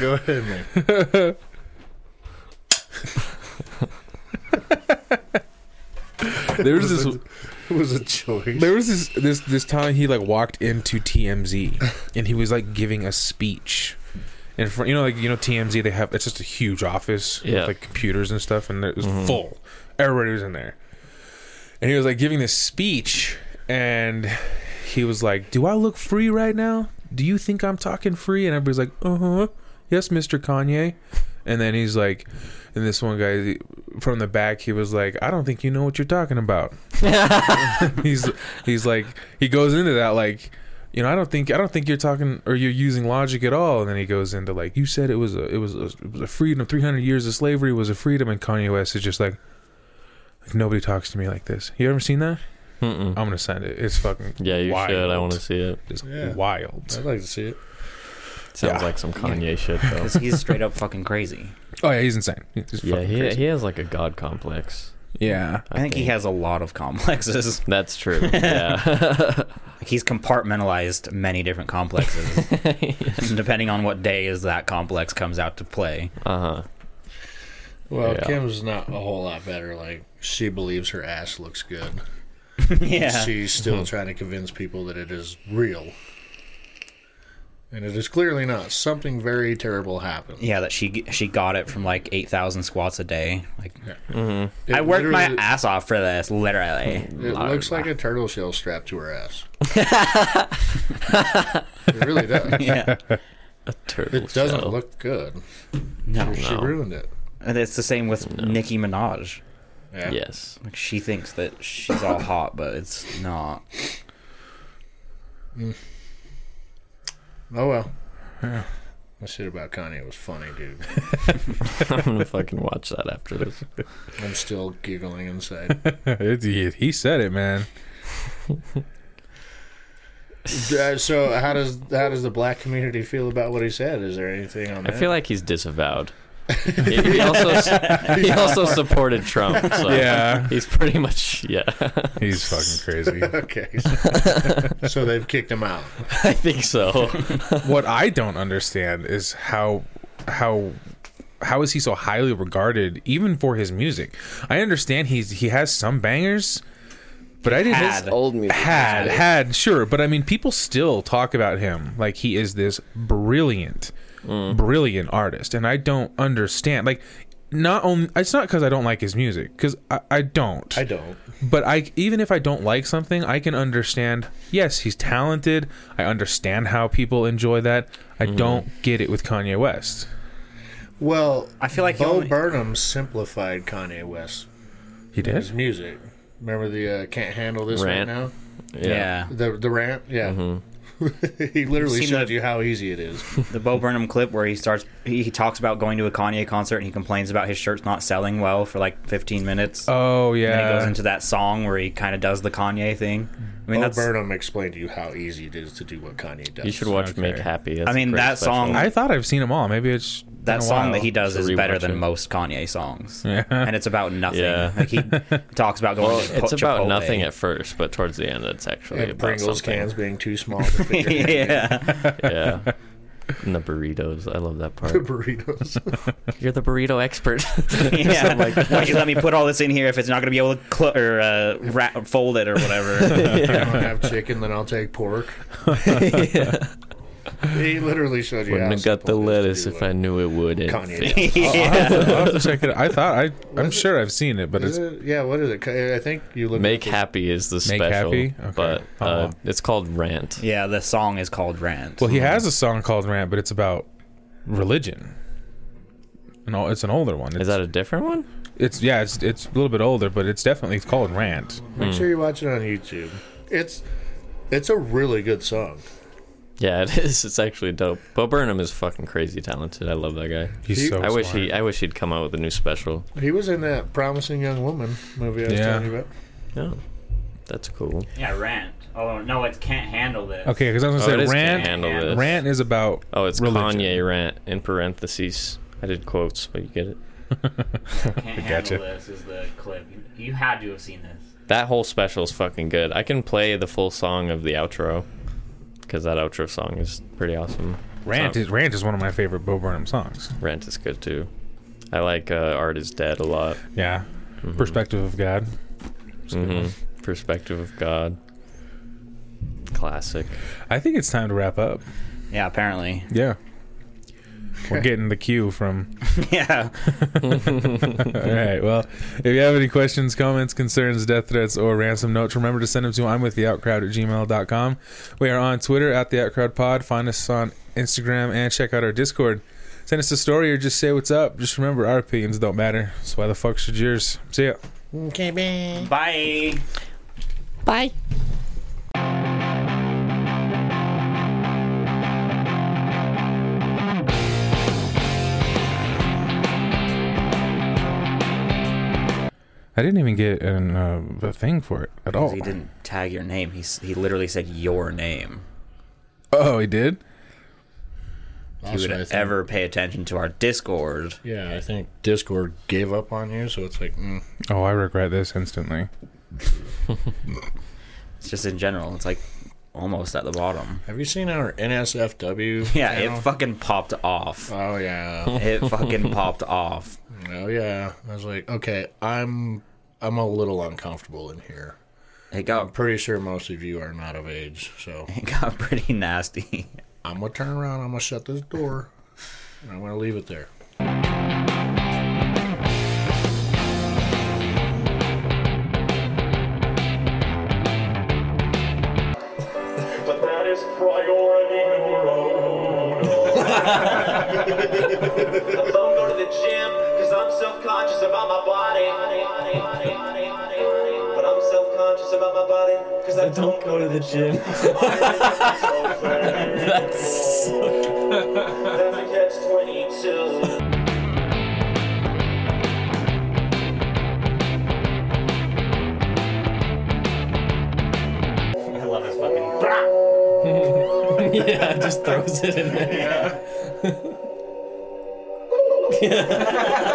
S1: Go ahead, man.
S2: There was this
S1: It was a choice.
S2: there was this this this time he like walked into TMZ and he was like giving a speech. In front, you know, like you know, TMZ. They have it's just a huge office,
S3: Yeah.
S2: with, like computers and stuff, and it was full. Everybody was in there, and he was like giving this speech, and he was like, "Do I look free right now? Do you think I'm talking free?" And "Uh-huh. everybody's like, "Uh huh, yes, Mr. Kanye." And then he's like, and this one guy from the back, he was like, "I don't think you know what you're talking about." he's he's like he goes into that like, you know, I don't think I don't think you're talking or you're using logic at all. And then he goes into like, you said it was a it was a, it was a freedom. Three hundred years of slavery was a freedom, and Kanye West is just like, like nobody talks to me like this. You ever seen that?
S3: Mm-mm.
S2: I'm gonna send it. It's fucking
S3: yeah, you
S2: wild.
S3: should. I want to see it.
S2: It's
S1: Yeah.
S2: wild.
S1: I'd like to see it.
S3: Sounds
S2: Yeah.
S3: like some Kanye shit though.
S4: because he's straight up fucking crazy.
S2: Oh yeah, he's insane. He's
S3: Yeah,
S2: fucking
S3: he,
S2: crazy.
S3: he has like a god complex.
S2: yeah.
S4: I think he has a lot of complexes.
S3: That's true. Yeah.
S4: Like he's compartmentalized many different complexes, depending on what day is that complex comes out to play.
S3: uh huh.
S1: Well,
S3: Yeah.
S1: Kim's not a whole lot better. Like she believes her ass looks good.
S4: yeah, Hmm.
S1: She's still trying to convince people that it is real. And it is clearly not. Something very terrible happened.
S4: yeah. That she she got it from like eight thousand squats a day. Like
S3: Mm-hmm.
S1: It
S4: I worked my
S1: literally-
S4: ass off for this, literally.
S1: It looks like a turtle shell strapped to her ass. it really does.
S4: yeah,
S3: Turtle
S1: It doesn't
S3: shell.
S1: look good.
S4: no.
S1: She ruined it.
S4: And it's the same with Nicki Minaj.
S1: Yeah.
S3: Yes.
S4: Like she thinks that she's all hot, but it's not.
S1: Oh well. That shit about Kanye was funny, dude.
S3: I'm gonna fucking watch that after this.
S1: I'm still giggling inside.
S2: It- he, he said it, man.
S1: Uh, so how does how does the black community feel about what he said? Is there anything on
S3: I
S1: that?
S3: feel like he's disavowed. he, he also s- he also supported Trump. So
S2: Yeah.
S3: He's pretty much yeah.
S2: He's fucking crazy.
S1: Okay. so they've kicked him out.
S3: I think so.
S2: what I don't understand is how how how is he so highly regarded even for his music? I understand he's he has some bangers, but I didn't
S4: Had.
S5: Old music.
S2: had had sure, but I mean people still talk about him like he is this brilliant
S5: Mm.
S2: brilliant artist and I don't understand like not only it's not because I don't like his music because I, I don't
S1: I don't.
S2: but I even if I don't like something, I can understand. Yes, he's talented. I understand how people enjoy that. I
S4: Mm-hmm.
S2: don't get it with Kanye West.
S1: Well,
S4: I feel like he
S1: Bo
S4: only-
S1: Burnham simplified Kanye West
S2: He
S1: his
S2: did.
S1: music. Remember the uh, "Can't Handle This
S3: Rant.
S1: Right Now"?
S4: Yeah,
S1: The the rant, yeah.
S3: Mm-hmm.
S1: he literally
S4: Seen
S1: showed
S4: the-
S1: you how easy it is.
S4: the Bo Burnham clip where he starts he, he talks about going to a Kanye concert and he complains about his shirt's not selling well for like 15 minutes.
S2: Oh
S4: and then he goes
S2: yeah.
S4: into that song where he kind of does the Kanye thing. I
S2: Oh,
S4: mean,
S1: Bo
S4: that's
S1: Burnham explained to you how easy it is to do what Kanye does.
S3: You should watch
S2: Okay.
S3: Make Happy. That's
S4: I mean,
S3: a great
S4: that
S3: special.
S4: song-
S2: I thought I've seen them all. Maybe it's been
S4: that
S2: a
S4: song
S2: while.
S4: that he does
S3: Should
S4: is better
S3: rewatch
S4: than
S3: it.
S4: most Kanye songs.
S2: Yeah.
S4: And it's about nothing.
S3: Yeah.
S4: Like he talks about going to
S3: It's
S4: Chipotle.
S3: about nothing at first, but towards the end, it's actually
S1: and
S3: about
S1: Pringles
S3: something.
S1: cans being too small to fit in
S4: yeah.
S3: Yeah. And the burritos. I love that part.
S1: the burritos.
S3: You're the burrito expert.
S4: yeah. Like, Why'd you let me put all this in here if it's not going to be able to cl- or, uh, ra- fold it or whatever?
S1: If I don't have chicken, then I'll take pork. He literally showed you.
S3: Wouldn't
S1: how
S3: have got the
S1: simple it
S3: lettuce
S1: is to do
S3: if
S1: what
S3: I knew it wouldn't.
S1: Kanye. does.
S3: Uh-huh.
S4: yeah.
S2: I'll have to check it. out. I thought I. I'm sure I've seen it, but
S1: Is
S2: it's
S1: it- yeah, what is it? Ka- I think you look
S3: Make Happy is the
S2: Make
S3: special,
S2: Happy? Okay.
S3: but
S2: Oh,
S3: uh,
S2: wow.
S3: it's called Rant.
S4: Yeah, the song is called Rant.
S2: well, he has a song called Rant, but it's about religion. No, it's an older one. It's,
S3: Is that a different one?
S2: it's yeah, it's it's a little bit older, but it's definitely it's called Rant.
S1: Make sure you watch it on YouTube. It's it's a really good song.
S3: Yeah, it is. It's actually dope. Bo Burnham is fucking crazy talented. I love that guy.
S2: He's
S1: He-
S2: so.
S3: I wish
S2: smart.
S3: he I wish he'd come out with a new special.
S1: He was in that Promising Young Woman movie I was
S2: Yeah.
S1: telling you about.
S3: Yeah. That's cool.
S4: Yeah, Rant. Oh, no, it can't handle this.
S2: Okay, because I was
S3: Oh, it
S2: gonna
S3: is
S2: say
S3: can't
S2: Rant.
S3: handle this.
S2: Rant is about
S3: Oh, it's
S2: religion.
S3: Kanye Rant in parentheses. I did quotes, but you get it.
S6: Can't handle
S2: Gotcha.
S6: this is the clip. You, you had to have seen this.
S3: That whole special is fucking good. I can play the full song of the outro because that outro song is pretty awesome.
S2: Rant
S3: So-
S2: is Rant is one of my favorite Bo Burnham songs.
S3: Rant is good too. I like uh, Art is Dead a lot.
S2: Yeah,
S3: Mm-hmm.
S2: perspective of God.
S3: Mhm. Perspective of God. Classic.
S2: I think it's time to wrap up.
S4: Yeah, apparently.
S2: Yeah, we're getting the cue from.
S4: yeah.
S2: All right. Well, if you have any questions, comments, concerns, death threats, or ransom notes, remember to send them to I'm with the outcrowd at gmail.com. We are on Twitter at the outcrowd pod. Find us on Instagram and check out our Discord. Send us a story or just say what's up. Just remember, our opinions don't matter. So why the fuck should yours? See ya.
S5: Okay, bye.
S4: Bye.
S5: Bye.
S2: I didn't even get an, uh, a thing for it at all.
S4: He didn't tag your name. He s- he literally said your name.
S2: Oh, he did.
S4: If you
S1: Also, I
S4: would
S1: think-
S4: ever pay attention to our Discord,
S1: Yeah, I think Discord gave up on you, so it's like, mm,
S2: Oh, I regret this instantly.
S4: it's just in general. It's like almost at the bottom.
S1: have you seen our NSFW?
S4: Yeah,
S1: channel?
S4: it fucking popped off.
S1: oh yeah,
S4: It fucking popped off.
S1: oh yeah. I was like, okay, I'm I'm a little uncomfortable in here.
S4: It got
S1: Pretty sure most of you are not of age, so
S4: it got pretty nasty.
S1: I'm gonna turn around. I'm gonna shut this door, and I'm gonna leave it there.
S7: But that is priority numero uno. I don't go to the gym because I'm self-conscious about my body. But I'm self-conscious about my body because I don't go to the gym. That's a catch 22.
S6: I love this fucking.
S5: yeah, just throws it in there.